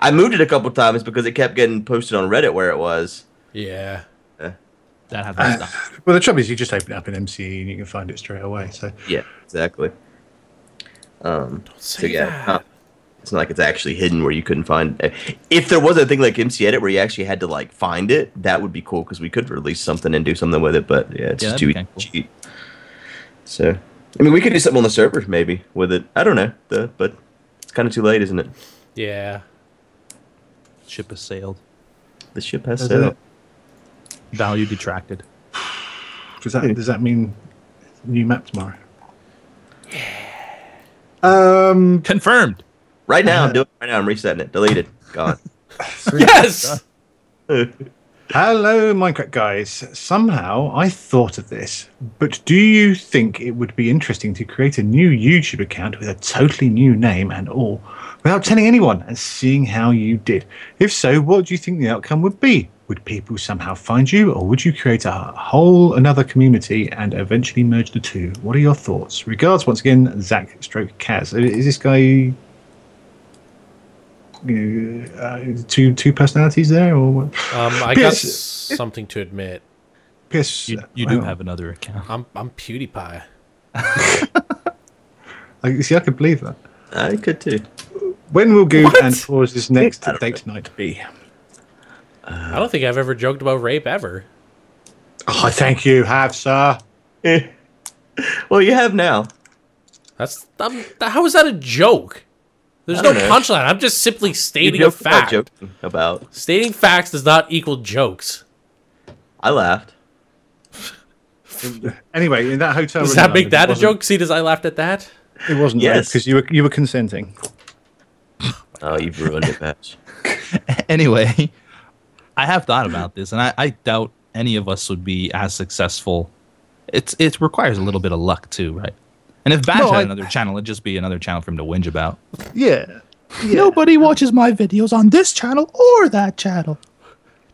[SPEAKER 4] I moved it a couple times because it kept getting posted on Reddit where it was.
[SPEAKER 2] Yeah.
[SPEAKER 1] That happens. to stop.
[SPEAKER 3] Well, the trouble is you just open it up in MCE and you can find it straight away. So
[SPEAKER 4] Yeah, exactly. Um, so
[SPEAKER 2] say
[SPEAKER 4] yeah,
[SPEAKER 2] that.
[SPEAKER 4] huh. it's not like it's actually hidden where you couldn't find. eh, If there was a thing like MC Edit where you actually had to like find it, that would be cool because we could release something and do something with it. But yeah, it's
[SPEAKER 1] Yeah, that'd
[SPEAKER 4] just too
[SPEAKER 1] be kinda cool.
[SPEAKER 4] cheap. So, I mean, we could do something on the server maybe with it. I don't know, the, but it's kind of too late, isn't it?
[SPEAKER 2] Yeah.
[SPEAKER 1] Ship has sailed.
[SPEAKER 4] The ship has
[SPEAKER 3] Is
[SPEAKER 4] sailed.
[SPEAKER 3] it?
[SPEAKER 1] Value detracted.
[SPEAKER 3] does that does that mean new map tomorrow? Yeah. Um.
[SPEAKER 1] Confirmed.
[SPEAKER 4] Right now, I'm doing it right now. I'm resetting it. Deleted. Gone.
[SPEAKER 2] Yes.
[SPEAKER 3] Hello, Minecraft guys. Somehow I thought of this, but do you think it would be interesting to create a new YouTube account with a totally new name and all without telling anyone and seeing how you did? If so, what do you think the outcome would be? Would people somehow find you, or would you create a whole another community and eventually merge the two? What are your thoughts? Regards, once again, Zach Stroke Kaz. Uh, Is this guy, you know, uh, two two personalities there, or what?
[SPEAKER 2] Um, I got
[SPEAKER 3] Yes.
[SPEAKER 2] something to admit.
[SPEAKER 3] Piss.
[SPEAKER 1] You, you do
[SPEAKER 3] wow.
[SPEAKER 1] have another account.
[SPEAKER 2] I'm I'm PewDiePie.
[SPEAKER 3] I, you see, I could believe that.
[SPEAKER 4] I could too.
[SPEAKER 3] When will Good
[SPEAKER 2] What?
[SPEAKER 3] and Pause this next
[SPEAKER 4] I don't
[SPEAKER 3] date night be?
[SPEAKER 2] I don't think I've ever joked about rape ever.
[SPEAKER 3] Oh, thank you, have sir.
[SPEAKER 4] Eh. well, you have now.
[SPEAKER 2] That's I'm, th- how is that a joke? There's
[SPEAKER 4] I
[SPEAKER 2] no
[SPEAKER 4] don't know.
[SPEAKER 2] punchline. I'm just simply
[SPEAKER 4] You
[SPEAKER 2] stating a
[SPEAKER 4] joked about
[SPEAKER 2] fact.
[SPEAKER 4] joking about.
[SPEAKER 2] Stating facts does not equal jokes.
[SPEAKER 4] I laughed.
[SPEAKER 3] Anyway, in that hotel
[SPEAKER 2] Does
[SPEAKER 3] room
[SPEAKER 2] that
[SPEAKER 3] in
[SPEAKER 2] make that a
[SPEAKER 3] London,
[SPEAKER 2] joke? See, does I laughed at that?
[SPEAKER 3] It wasn't
[SPEAKER 4] Yes.
[SPEAKER 3] because you were you were consenting.
[SPEAKER 4] Oh, you've ruined it, Patch.
[SPEAKER 1] (laughs) anyway, (laughs) I have thought about this, and I, I doubt any of us would be as successful. It's it requires a little bit of luck too, right? And if Bash
[SPEAKER 3] No,
[SPEAKER 1] had
[SPEAKER 3] I-
[SPEAKER 1] another channel, it'd just be another channel for him to whinge about.
[SPEAKER 3] Yeah.
[SPEAKER 1] Nobody watches my videos on this channel or that channel.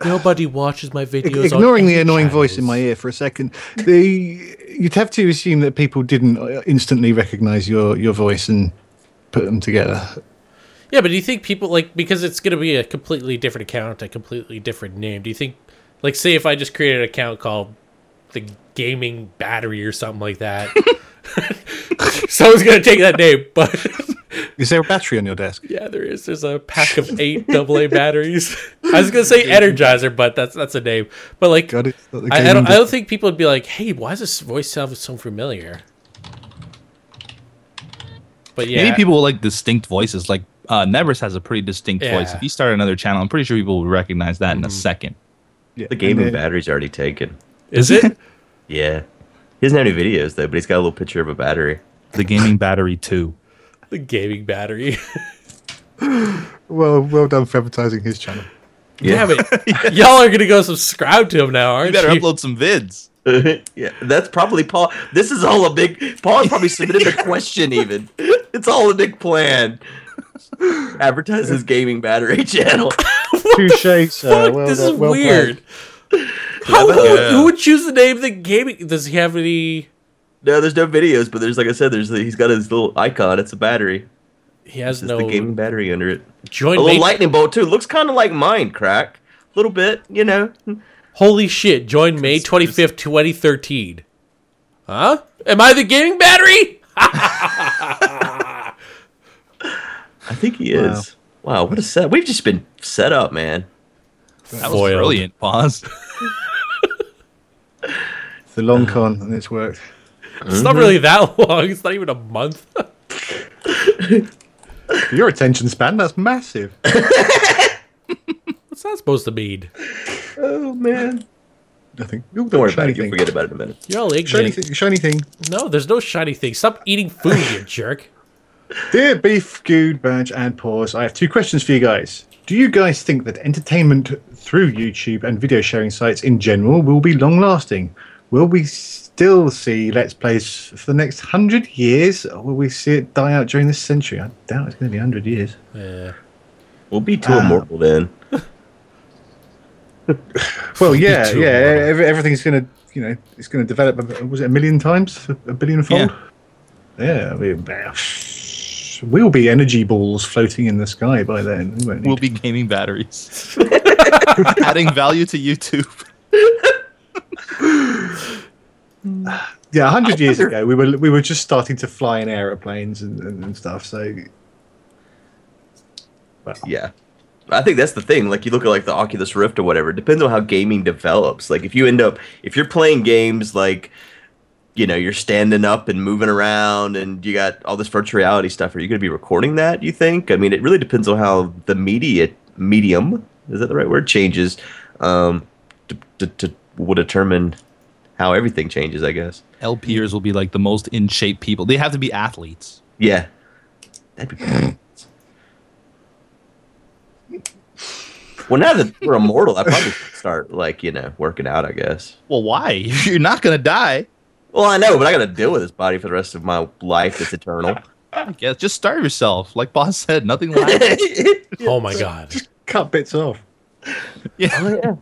[SPEAKER 2] Nobody watches my videos. on
[SPEAKER 3] ignoring the
[SPEAKER 2] any
[SPEAKER 3] annoying voice in
[SPEAKER 2] channels.
[SPEAKER 3] my ear for a second, the you'd have to assume that people didn't uh, instantly recognise your your voice and put them together.
[SPEAKER 2] Yeah, but do you think people like because it's going to be a completely different account, a completely different name? Do you think, like, say if I just created an account called the Gaming Battery or something like that, (laughs) someone's going to take that name. But
[SPEAKER 3] Is there a battery on your desk?
[SPEAKER 2] yeah, there is. There's a pack of eight AA batteries. (laughs) I was going to say Energizer, but that's that's a name. But like,
[SPEAKER 3] God, it's not the
[SPEAKER 2] I, I
[SPEAKER 3] gaming
[SPEAKER 2] don't. I don't think people would be like, "Hey, why does this voice sound so familiar?" But yeah,
[SPEAKER 1] Maybe people will like distinct voices. Like uh, Nevers has a pretty distinct voice.
[SPEAKER 2] Yeah. Mm-hmm.
[SPEAKER 1] If you start another channel, I'm pretty sure people will recognize that in a second.
[SPEAKER 3] Yeah,
[SPEAKER 4] The gaming
[SPEAKER 3] and, uh,
[SPEAKER 4] battery's already taken.
[SPEAKER 2] is it?
[SPEAKER 4] Yeah. He doesn't have any videos though, but he's got a little picture of a battery.
[SPEAKER 1] (laughs) The gaming battery
[SPEAKER 2] (laughs)
[SPEAKER 1] too.
[SPEAKER 2] the gaming battery. (laughs)
[SPEAKER 3] Well, well done for advertising his channel.
[SPEAKER 2] Yeah, but y'all are gonna go subscribe to him now, aren't
[SPEAKER 1] You
[SPEAKER 2] you?
[SPEAKER 1] better upload some vids.
[SPEAKER 4] (laughs) yeah, that's probably Paul. This is all a big. Paul probably submitted (laughs) a question. Even it's all a big plan. Advertise his gaming battery (laughs) channel.
[SPEAKER 3] Touche,
[SPEAKER 2] (laughs)
[SPEAKER 3] sir.
[SPEAKER 2] Fuck,
[SPEAKER 3] Uh, Well,
[SPEAKER 2] this
[SPEAKER 3] done-
[SPEAKER 2] is
[SPEAKER 3] well played.
[SPEAKER 2] weird. How who, would-
[SPEAKER 4] Yeah.
[SPEAKER 2] who would choose the name of the gaming? Does he have any?
[SPEAKER 4] No, there's no videos, but there's like I said, there's he's got his little icon. It's a battery.
[SPEAKER 2] He has
[SPEAKER 4] It's
[SPEAKER 2] no
[SPEAKER 4] the gaming battery under it. A
[SPEAKER 2] joint.
[SPEAKER 4] little
[SPEAKER 2] ma-
[SPEAKER 4] lightning bolt too. Looks kind of like mine, crack. A little bit, you know.
[SPEAKER 2] Holy shit! Join May twenty fifth, twenty thirteen. Huh? Am I the gaming battery?
[SPEAKER 4] I think he is. Wow, what a set. We've just been set up, man.
[SPEAKER 1] That was
[SPEAKER 2] Foiled.
[SPEAKER 1] brilliant.
[SPEAKER 2] (laughs)
[SPEAKER 1] Pause.
[SPEAKER 3] It's the
[SPEAKER 4] Uh-huh.
[SPEAKER 3] long con, and it's worked.
[SPEAKER 2] It's not really that (laughs) long. It's not even a month. (laughs)
[SPEAKER 3] Your attention span—that's massive.
[SPEAKER 2] What's that supposed to mean?
[SPEAKER 4] Oh man.
[SPEAKER 3] Nothing. You'll
[SPEAKER 4] Don't worry about
[SPEAKER 3] shiny
[SPEAKER 4] it. You'll
[SPEAKER 3] thing.
[SPEAKER 4] forget about it in a minute.
[SPEAKER 2] You're all
[SPEAKER 3] Shiny
[SPEAKER 2] ignorant.
[SPEAKER 3] thing. Shiny thing.
[SPEAKER 2] No, there's no shiny thing. Stop eating food, you jerk.
[SPEAKER 3] Dear Beef, Good, Badge, and Pause, I have two questions for you guys. Do you guys think that entertainment through YouTube and video sharing sites in general will be long lasting? Will we still see Let's Plays for the next 100 years, or will we see it die out during this century? I doubt it's going to be 100 years.
[SPEAKER 2] Yeah.
[SPEAKER 4] We'll be too
[SPEAKER 3] Ah.
[SPEAKER 4] immortal then.
[SPEAKER 3] Well, yeah,
[SPEAKER 2] too
[SPEAKER 3] yeah,
[SPEAKER 2] long.
[SPEAKER 3] ev- everything's going to, you know, it's going to develop, a- was it a million times? A billion fold? Yeah, we, (sighs) we'll be energy balls floating in the sky by then. We won't need
[SPEAKER 1] We'll be gaming
[SPEAKER 2] (laughs)
[SPEAKER 1] batteries. Adding value to YouTube.
[SPEAKER 3] Yeah, a
[SPEAKER 1] (laughs)
[SPEAKER 3] hundred years ago, we were we were just starting to fly in aeroplanes and, and, and stuff. So
[SPEAKER 4] Yeah. I think that's the thing. Like you look at like the Oculus Rift or whatever. It depends on how gaming develops. Like if you end up if you're playing games like you know, you're standing up and moving around and you got all this virtual reality stuff, are you gonna be recording that, you think? I mean it really depends on how the media medium, is that the right word? Changes. Um to, to, to will determine how everything changes, I guess.
[SPEAKER 1] LPers will be like the most in shape people. They have to be athletes.
[SPEAKER 4] Yeah. That'd be Well, now that we're immortal, I probably should start like you know working out. I guess.
[SPEAKER 1] Well, why? (laughs) You're not gonna die.
[SPEAKER 4] Well, I know, but I got to deal with this body for the rest of my life. That's eternal. (laughs)
[SPEAKER 1] I guess just starve yourself. Like boss said, nothing lasts.
[SPEAKER 4] oh
[SPEAKER 2] Oh my god.
[SPEAKER 3] cut bits off. (clears throat)
[SPEAKER 4] yeah.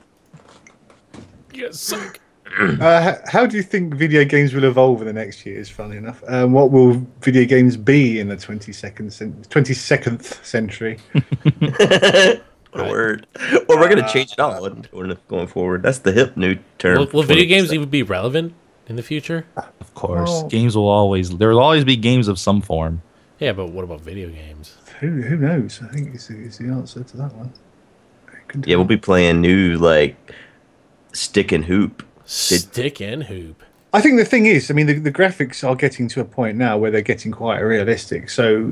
[SPEAKER 2] You suck.
[SPEAKER 3] Uh, h- how do you think video games will evolve in the next years? Funnily enough, um, what will video games be in the twenty second twenty
[SPEAKER 1] (laughs)
[SPEAKER 3] seventh century?
[SPEAKER 4] What a word. Well, we're
[SPEAKER 3] Uh,
[SPEAKER 4] gonna change it all in- in- going forward. That's the hip new term.
[SPEAKER 2] Will, will video games
[SPEAKER 4] 20%.
[SPEAKER 2] even be relevant in the future?
[SPEAKER 1] Of course,
[SPEAKER 4] Oh.
[SPEAKER 3] Well-
[SPEAKER 1] games will always. There will always be games of some form.
[SPEAKER 2] Yeah, but what about video games?
[SPEAKER 3] Who who knows? I think is the, is the answer to that one. Couldn't-
[SPEAKER 4] Yeah, we'll be playing new like stick and hoop.
[SPEAKER 2] Stick and hoop.
[SPEAKER 3] I think the thing is, I mean, the, the graphics are getting to a point now where they're getting quite realistic. So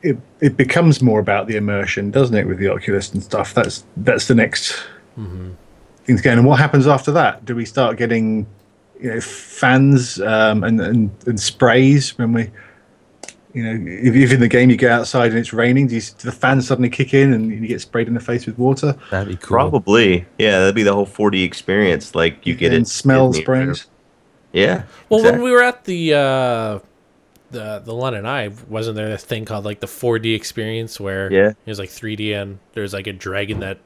[SPEAKER 3] it it becomes more about the immersion, doesn't it, with the Oculus and stuff? That's that's the next
[SPEAKER 4] Mm-hmm.
[SPEAKER 3] thing to go. And what happens after that? Do we start getting you know fans um, and, and and sprays when we? You know, if, if in the game you go outside and it's raining, do, you, do the fans suddenly kick in and you get sprayed in the face with water?
[SPEAKER 1] That'd be cool.
[SPEAKER 4] Probably, yeah. That'd be the whole 4D experience. Like you get
[SPEAKER 3] and
[SPEAKER 4] it.
[SPEAKER 3] smell
[SPEAKER 4] in the air.
[SPEAKER 3] sprays.
[SPEAKER 4] Yeah.
[SPEAKER 2] Well,
[SPEAKER 4] exactly.
[SPEAKER 2] when we were at the uh, the the London Eye, wasn't there a thing called like the 4D experience where
[SPEAKER 4] Yeah.
[SPEAKER 2] it was like 3D and there's like a dragon that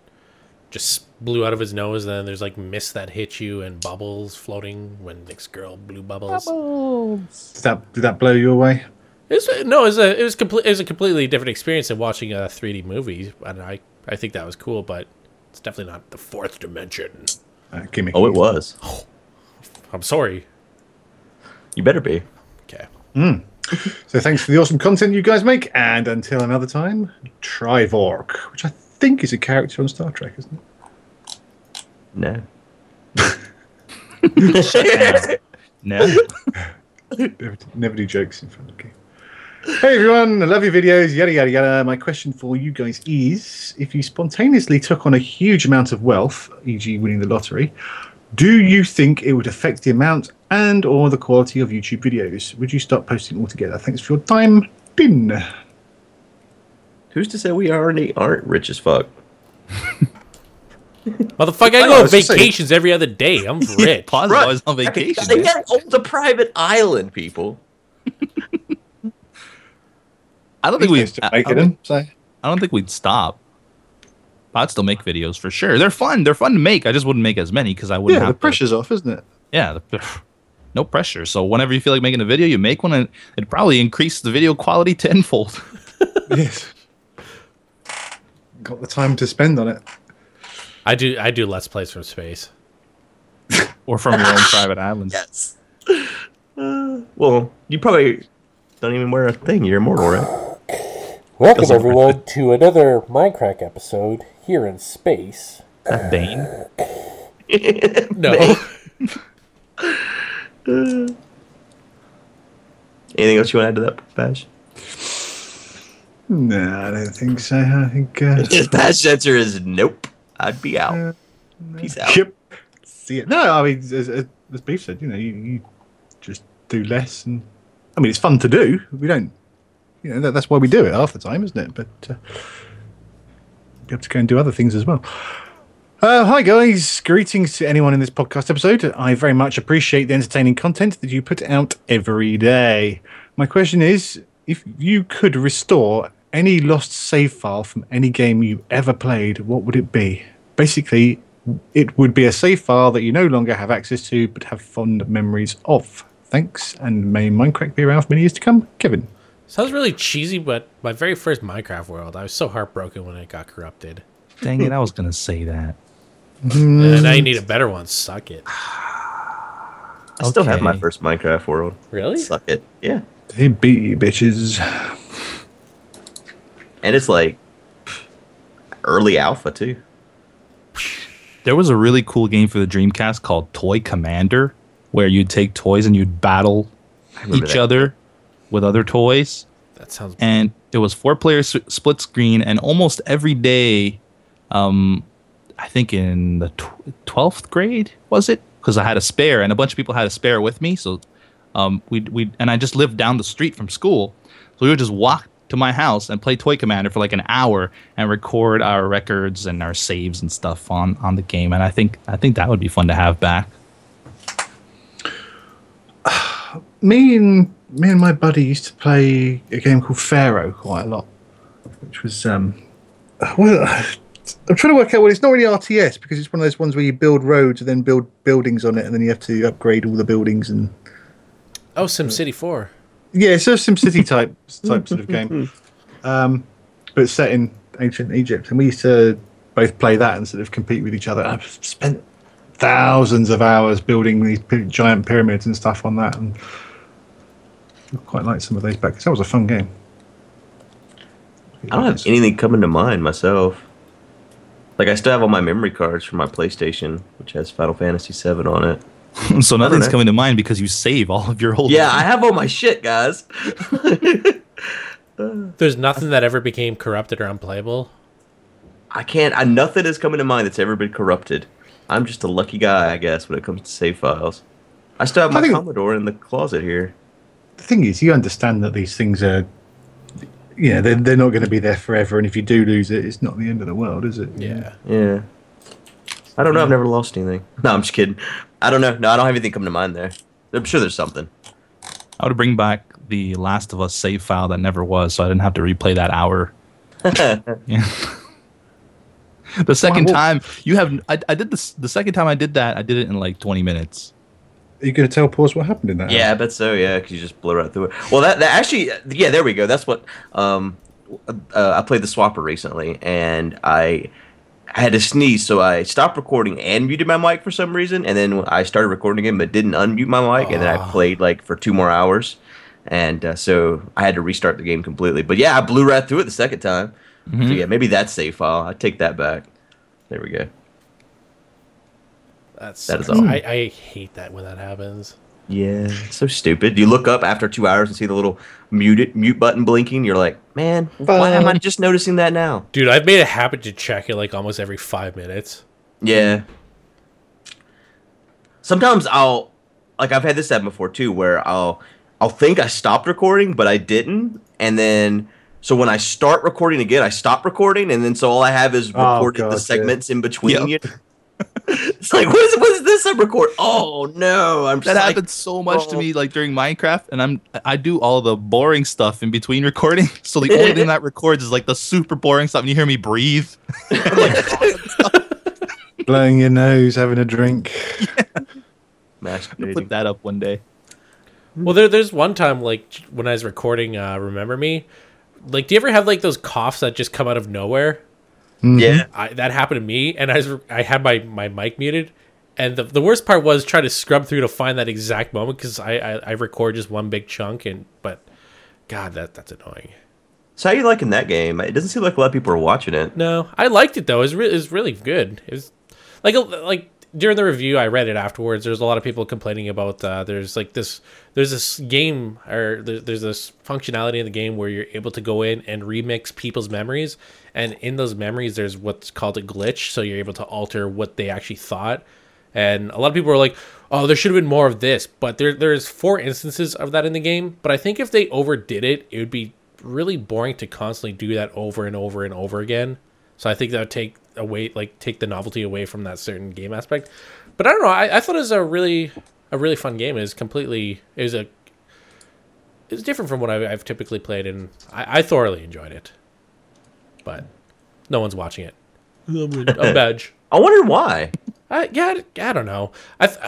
[SPEAKER 2] just blew out of his nose. And then there's like mist that hits you and bubbles floating when this girl blew bubbles.
[SPEAKER 3] Did that did that blow you away?
[SPEAKER 2] It's, no, it was a it was complete it was a completely different experience than watching a 3D movie, and I I think that was cool, but it's definitely not the fourth dimension.
[SPEAKER 3] Uh, gimme.
[SPEAKER 4] Oh, it was.
[SPEAKER 2] I'm sorry.
[SPEAKER 4] You better be.
[SPEAKER 2] Okay.
[SPEAKER 3] So thanks for the awesome content you guys make, and until another time, Trivork, which I think is a character on Star Trek, isn't it?
[SPEAKER 4] No.
[SPEAKER 3] (laughs)
[SPEAKER 1] No.
[SPEAKER 3] Never, never do jokes in front of game. Hey everyone, I love your videos, yada yada yada. My question for you guys is if you spontaneously took on a huge amount of wealth, e.g. winning the lottery, do you think it would affect the amount and or the quality of YouTube videos? Would you start posting altogether? Thanks for your time. Din.
[SPEAKER 4] Who's to say we already aren't rich as fuck?
[SPEAKER 2] Motherfucker, I
[SPEAKER 3] know, I
[SPEAKER 2] go on
[SPEAKER 3] was just saying-
[SPEAKER 2] vacations every other day. I'm rich.
[SPEAKER 1] Pause
[SPEAKER 4] Right.
[SPEAKER 1] I was on vacation.
[SPEAKER 4] They got the private island, people.
[SPEAKER 1] I don't think we.
[SPEAKER 3] Just
[SPEAKER 1] I,
[SPEAKER 3] make
[SPEAKER 1] I
[SPEAKER 3] it
[SPEAKER 1] don't-
[SPEAKER 3] in, so-
[SPEAKER 1] I don't think we'd stop. I'd still make videos for sure. They're fun. They're fun to make. I just wouldn't make as many because I wouldn't
[SPEAKER 3] Yeah, the
[SPEAKER 1] have to-
[SPEAKER 3] pressure's off, isn't it?
[SPEAKER 1] yeah, the, (sighs) no pressure. So whenever you feel like making a video, you make one, and it'd probably increase the video quality tenfold. (laughs)
[SPEAKER 3] yes. Got the time to spend on it.
[SPEAKER 2] I do I do let's plays from space.
[SPEAKER 1] or from
[SPEAKER 3] (laughs)
[SPEAKER 1] your own private islands.
[SPEAKER 4] Yes. Uh, well, you probably don't even wear a thing. You're immortal, right?
[SPEAKER 5] Welcome,
[SPEAKER 1] Doesn't
[SPEAKER 5] everyone, to another Minecraft episode here in space.
[SPEAKER 1] That Bane.
[SPEAKER 2] No. (laughs)
[SPEAKER 4] Anything else you want to add to that, Bash?
[SPEAKER 3] No, I don't think so. I think. Uh,
[SPEAKER 4] His Bash answer is nope. I'd be out.
[SPEAKER 3] Yeah.
[SPEAKER 4] Peace out.
[SPEAKER 3] Yep. See it. No, I mean, as, as, as Beef said, you know, you, you just do less, and I mean, it's fun to do. We don't, you know, that, that's why we do it half the time, isn't it? But uh, be able to go and do other things as well. Uh, hi guys, greetings to anyone in this podcast episode. I very much appreciate the entertaining content that you put out every day. My question is if you could restore any lost save file from any game you ever played, what would it be? Basically, it would be a save file that you no longer have access to but have fond memories of. Thanks, and may Minecraft be around for many years to come. Kevin.
[SPEAKER 2] Sounds really cheesy, but my very first Minecraft world, I was so heartbroken when it got corrupted.
[SPEAKER 1] Dang it, I was gonna say that.
[SPEAKER 2] And now you need a better one. Suck it.
[SPEAKER 4] I still have my
[SPEAKER 1] Okay.
[SPEAKER 4] first Minecraft world.
[SPEAKER 2] Really?
[SPEAKER 4] Suck it. Yeah.
[SPEAKER 3] They beat you, bitches. (laughs)
[SPEAKER 4] And it's like pff, early alpha, too.
[SPEAKER 1] There was a really cool game for the Dreamcast called Toy Commander, where you'd take toys and you'd battle
[SPEAKER 4] remember
[SPEAKER 1] each
[SPEAKER 4] that.
[SPEAKER 1] other with other toys.
[SPEAKER 2] That sounds
[SPEAKER 1] and it was four player s- split screen and almost every day um i think in the tw- 12th grade was it because i had a spare and a bunch of people had a spare with me so um we we and i just lived down the street from school so we would just walk to my house and play toy commander for like an hour and record our records and our saves and stuff on on the game and i think i think that would be fun to have back (laughs)
[SPEAKER 3] me and me and my buddy used to play a game called Pharaoh quite a lot, which was um, well, I'm trying to work out. Well, it's not really RTS because it's one of those ones where you build roads and then build buildings on it, and then you have to upgrade all the buildings and
[SPEAKER 2] Oh, SimCity 4.
[SPEAKER 3] yeah, it's a SimCity type type sort of game, um, but set in ancient Egypt, and we used to both play that and sort of compete with each other. I've spent thousands of hours building these pi- giant pyramids and stuff on that, and I quite like some of those back because that was a fun game.
[SPEAKER 4] I don't have anything coming to mind myself. Like I still have all my memory cards from my PlayStation, which has Final Fantasy VII on it.
[SPEAKER 1] so nothing's
[SPEAKER 4] know.
[SPEAKER 1] coming to mind because you save all of your old
[SPEAKER 4] Yeah, I have all my shit, guys. (laughs)
[SPEAKER 2] There's nothing that ever became corrupted or unplayable.
[SPEAKER 4] I can't. I, nothing is coming to mind that's ever been corrupted. I'm just a lucky guy, I guess, when it comes to save files. I still have
[SPEAKER 3] I
[SPEAKER 4] my
[SPEAKER 3] think-
[SPEAKER 4] Commodore in the closet here.
[SPEAKER 3] The thing is, you understand that these things are, you know, they're, they're not going to be there forever, and if you do lose it, it's not the end of the world, is it?
[SPEAKER 2] Yeah.
[SPEAKER 4] Yeah. I don't know. I've never lost anything. (laughs) No, I'm just kidding. I don't know. No, I don't have anything coming to mind there. I'm sure there's something.
[SPEAKER 1] I would bring back the Last of Us save (laughs) file that never was, so I didn't have to replay that hour. Yeah. The second
[SPEAKER 3] well-
[SPEAKER 1] time you have, I, I did this. The second time I did that, I did it in like 20 minutes.
[SPEAKER 3] Are you going to tell Paws what happened in that?
[SPEAKER 4] Yeah, I bet so. Yeah, because you just blow right through it. Well, that, that actually, yeah, there we go. That's what um, uh, I played the Swapper recently, and I had to sneeze, so I stopped recording and muted my mic for some reason, and then I started recording again, but didn't unmute my mic, and then I played like for two more hours, and uh, so I had to restart the game completely. But yeah, I blew right through it the second time. So yeah, maybe that's save file. I take that back. There we go.
[SPEAKER 2] That's
[SPEAKER 4] That is awesome.
[SPEAKER 2] I, I hate that when that happens.
[SPEAKER 4] Yeah, so stupid. You look up after two hours and see the little muted mute button blinking. You're like, man, why am I just noticing that now?
[SPEAKER 2] Dude, I've made a habit to check it like almost every five minutes.
[SPEAKER 4] Yeah. Sometimes I'll, like, I've had this happen before too, where I'll, I'll think I stopped recording, but I didn't, and then so when I start recording again, I stop recording, and then so all I have is
[SPEAKER 3] Oh,
[SPEAKER 4] recorded
[SPEAKER 3] God, yeah.
[SPEAKER 4] the segments in between.
[SPEAKER 1] Yep.
[SPEAKER 4] You (laughs) it's like, what is, what is this I record? Oh no, I'm
[SPEAKER 1] That
[SPEAKER 4] psyched.
[SPEAKER 1] happens so much to
[SPEAKER 4] Oh.
[SPEAKER 1] me, like during Minecraft, and I'm I do all the boring stuff in between (laughs) recording. So the only thing that records is like the super boring stuff, and you hear me breathe.
[SPEAKER 3] Blowing your nose, having a drink.
[SPEAKER 1] I'll
[SPEAKER 4] Masturbating.
[SPEAKER 1] put that up one day.
[SPEAKER 2] Well, there, there's one time like j- when I was recording uh, Remember Me, like do you ever have like those coughs that just come out of nowhere?
[SPEAKER 4] Yeah.
[SPEAKER 2] I, that happened to me, and I was, I had my, my mic muted, and the, the worst part was trying to scrub through to find that exact moment because I, I I record just one big chunk and but, God that that's annoying.
[SPEAKER 4] So how you liking that game? It doesn't seem like a lot of people are watching it.
[SPEAKER 2] No, I liked it though. It's re- it's really good. It was like a- like during the review I read it afterwards. There's a lot of people complaining about uh, there's like this there's this game or there, there's this functionality in the game where you're able to go in and remix people's memories, and in those memories there's what's called a glitch, so you're able to alter what they actually thought. And a lot of people were like, "Oh, there should have been more of this," but there there's four instances of that in the game. But I think if they overdid it, it would be really boring to constantly do that over and over and over again. So I think that would take away, like, take the novelty away from that certain game aspect. But I don't know. I, I thought it was a really, a really fun game. It was completely, it was a, it was different from what I, I've typically played, and I, I thoroughly enjoyed it. But no one's watching it. A badge.
[SPEAKER 4] I wonder why.
[SPEAKER 2] I yeah, I- I don't know. I, th-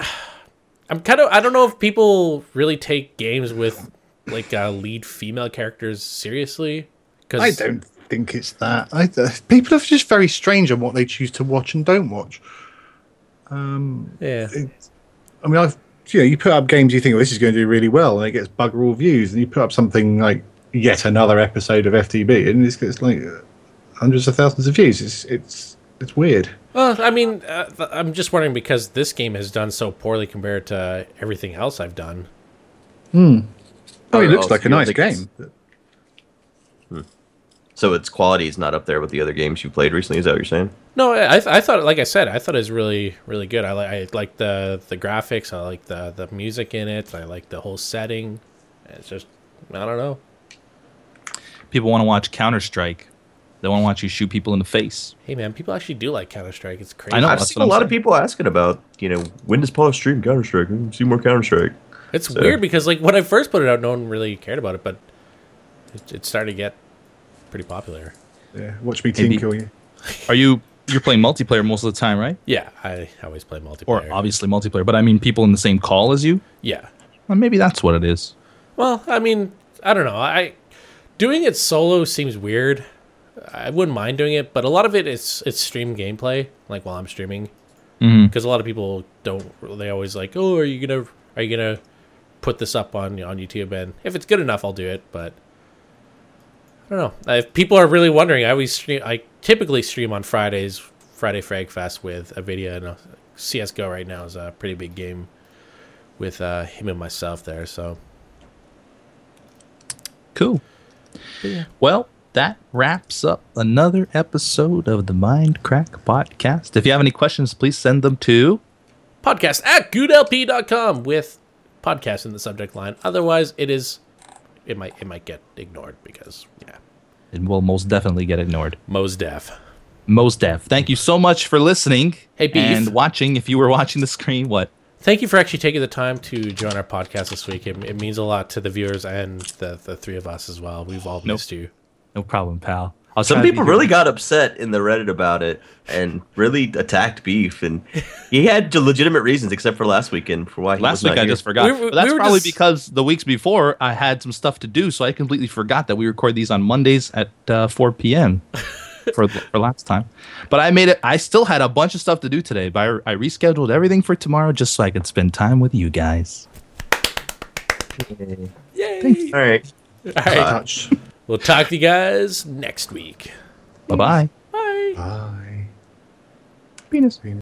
[SPEAKER 2] (sighs) I'm kind of I don't know if people really take games with like uh, lead female characters seriously. Cause,
[SPEAKER 3] I don't think it's that. I, th- people are just very strange on what they choose to watch and don't watch.
[SPEAKER 2] Yeah,
[SPEAKER 3] I mean, I've you know, you put up games you think, oh, this is going to do really well, and it gets bugger all views, and you put up something like yet another episode of FTB, and it's gets like uh, hundreds of thousands of views. It's it's it's weird.
[SPEAKER 2] Well, I mean, uh, th- I'm just wondering because this game has done so poorly compared to everything else I've done.
[SPEAKER 3] Oh, it looks
[SPEAKER 4] Oh, so
[SPEAKER 3] like a
[SPEAKER 4] you don't
[SPEAKER 3] nice
[SPEAKER 4] think it's-
[SPEAKER 3] game. (laughs)
[SPEAKER 4] So its quality is not up there with the other games you played recently. Is that what you're saying?
[SPEAKER 2] No, I, I th- I thought, like I said, I thought it was really, really good. I, li- I like the the graphics. I like the the music in it. I like the whole setting. It's just, I don't know.
[SPEAKER 1] People want to watch Counter Strike. They want to watch you shoot people in the face.
[SPEAKER 2] Hey, man, people actually do like Counter Strike. It's crazy.
[SPEAKER 1] I know.
[SPEAKER 4] I've
[SPEAKER 1] that's
[SPEAKER 4] seen
[SPEAKER 1] what
[SPEAKER 4] a
[SPEAKER 1] I'm
[SPEAKER 4] lot of
[SPEAKER 1] saying.
[SPEAKER 4] people asking about, you know, when does Paul stream Counter Strike? See more Counter Strike.
[SPEAKER 2] It's weird because like when I first put it out, no one really cared about it, but it, it started to get pretty popular.
[SPEAKER 3] Yeah, watch me team
[SPEAKER 1] Maybe.
[SPEAKER 3] kill you.
[SPEAKER 1] Are you you're playing multiplayer most of the time, right?
[SPEAKER 2] Yeah, I always play multiplayer.
[SPEAKER 1] Or um, obviously multiplayer, but I mean people in the same call as you.
[SPEAKER 2] yeah.
[SPEAKER 1] Well, maybe that's what it is.
[SPEAKER 2] Well, I mean, I don't know. I doing it solo seems weird. I wouldn't mind doing it, but a lot of it is it's stream gameplay, like while I'm streaming, because a lot of people don't. They always like, oh, are you gonna are you gonna put this up on on YouTube? And if it's good enough, I'll do it. But I don't know. If people are really wondering, I always stream. I typically stream on Fridays, Friday Frag Fest with Avidia and uh, CS:GO. Right now is a pretty big game with uh, him and myself there, so.
[SPEAKER 1] Cool. Well, that wraps up another episode of the Mind Crack Podcast. If you have any questions, please send them to
[SPEAKER 2] podcast at goodlp.com with podcast in the subject line. Otherwise, it is it might it might get ignored because yeah,
[SPEAKER 1] and we'll most definitely get ignored.
[SPEAKER 2] Mo's deaf.
[SPEAKER 1] Most Def. Thank you so much for listening.
[SPEAKER 2] Hey, Beef.
[SPEAKER 1] And watching if you were watching the screen, what?
[SPEAKER 2] Thank you for actually taking the time to join our podcast this week. It, it means a lot to the viewers and the, the three of us as well. We've all missed you.
[SPEAKER 1] No problem, pal. I'll was
[SPEAKER 4] Some
[SPEAKER 1] trying to
[SPEAKER 4] people
[SPEAKER 1] be
[SPEAKER 4] really
[SPEAKER 1] different.
[SPEAKER 4] got upset in the Reddit about it and really attacked Beef, and he had legitimate reasons, except for last weekend for why. He was
[SPEAKER 1] Last week
[SPEAKER 4] not
[SPEAKER 1] I
[SPEAKER 4] here.
[SPEAKER 1] just forgot.
[SPEAKER 2] We were-
[SPEAKER 1] but that's
[SPEAKER 2] we were
[SPEAKER 1] probably
[SPEAKER 2] just-
[SPEAKER 1] because the weeks before I had some stuff to do, so I completely forgot that we record these on Mondays at uh, 4
[SPEAKER 2] (laughs)
[SPEAKER 1] p.m. for for last time. But I made it. I still had a bunch of stuff to do today, but I, I rescheduled everything for tomorrow just so I could spend time with you guys.
[SPEAKER 2] Yay!
[SPEAKER 4] All right.
[SPEAKER 2] All right.
[SPEAKER 3] Touch.
[SPEAKER 2] We'll talk to you guys next week.
[SPEAKER 1] Bye bye.
[SPEAKER 2] Bye.
[SPEAKER 3] Bye.
[SPEAKER 1] Penis.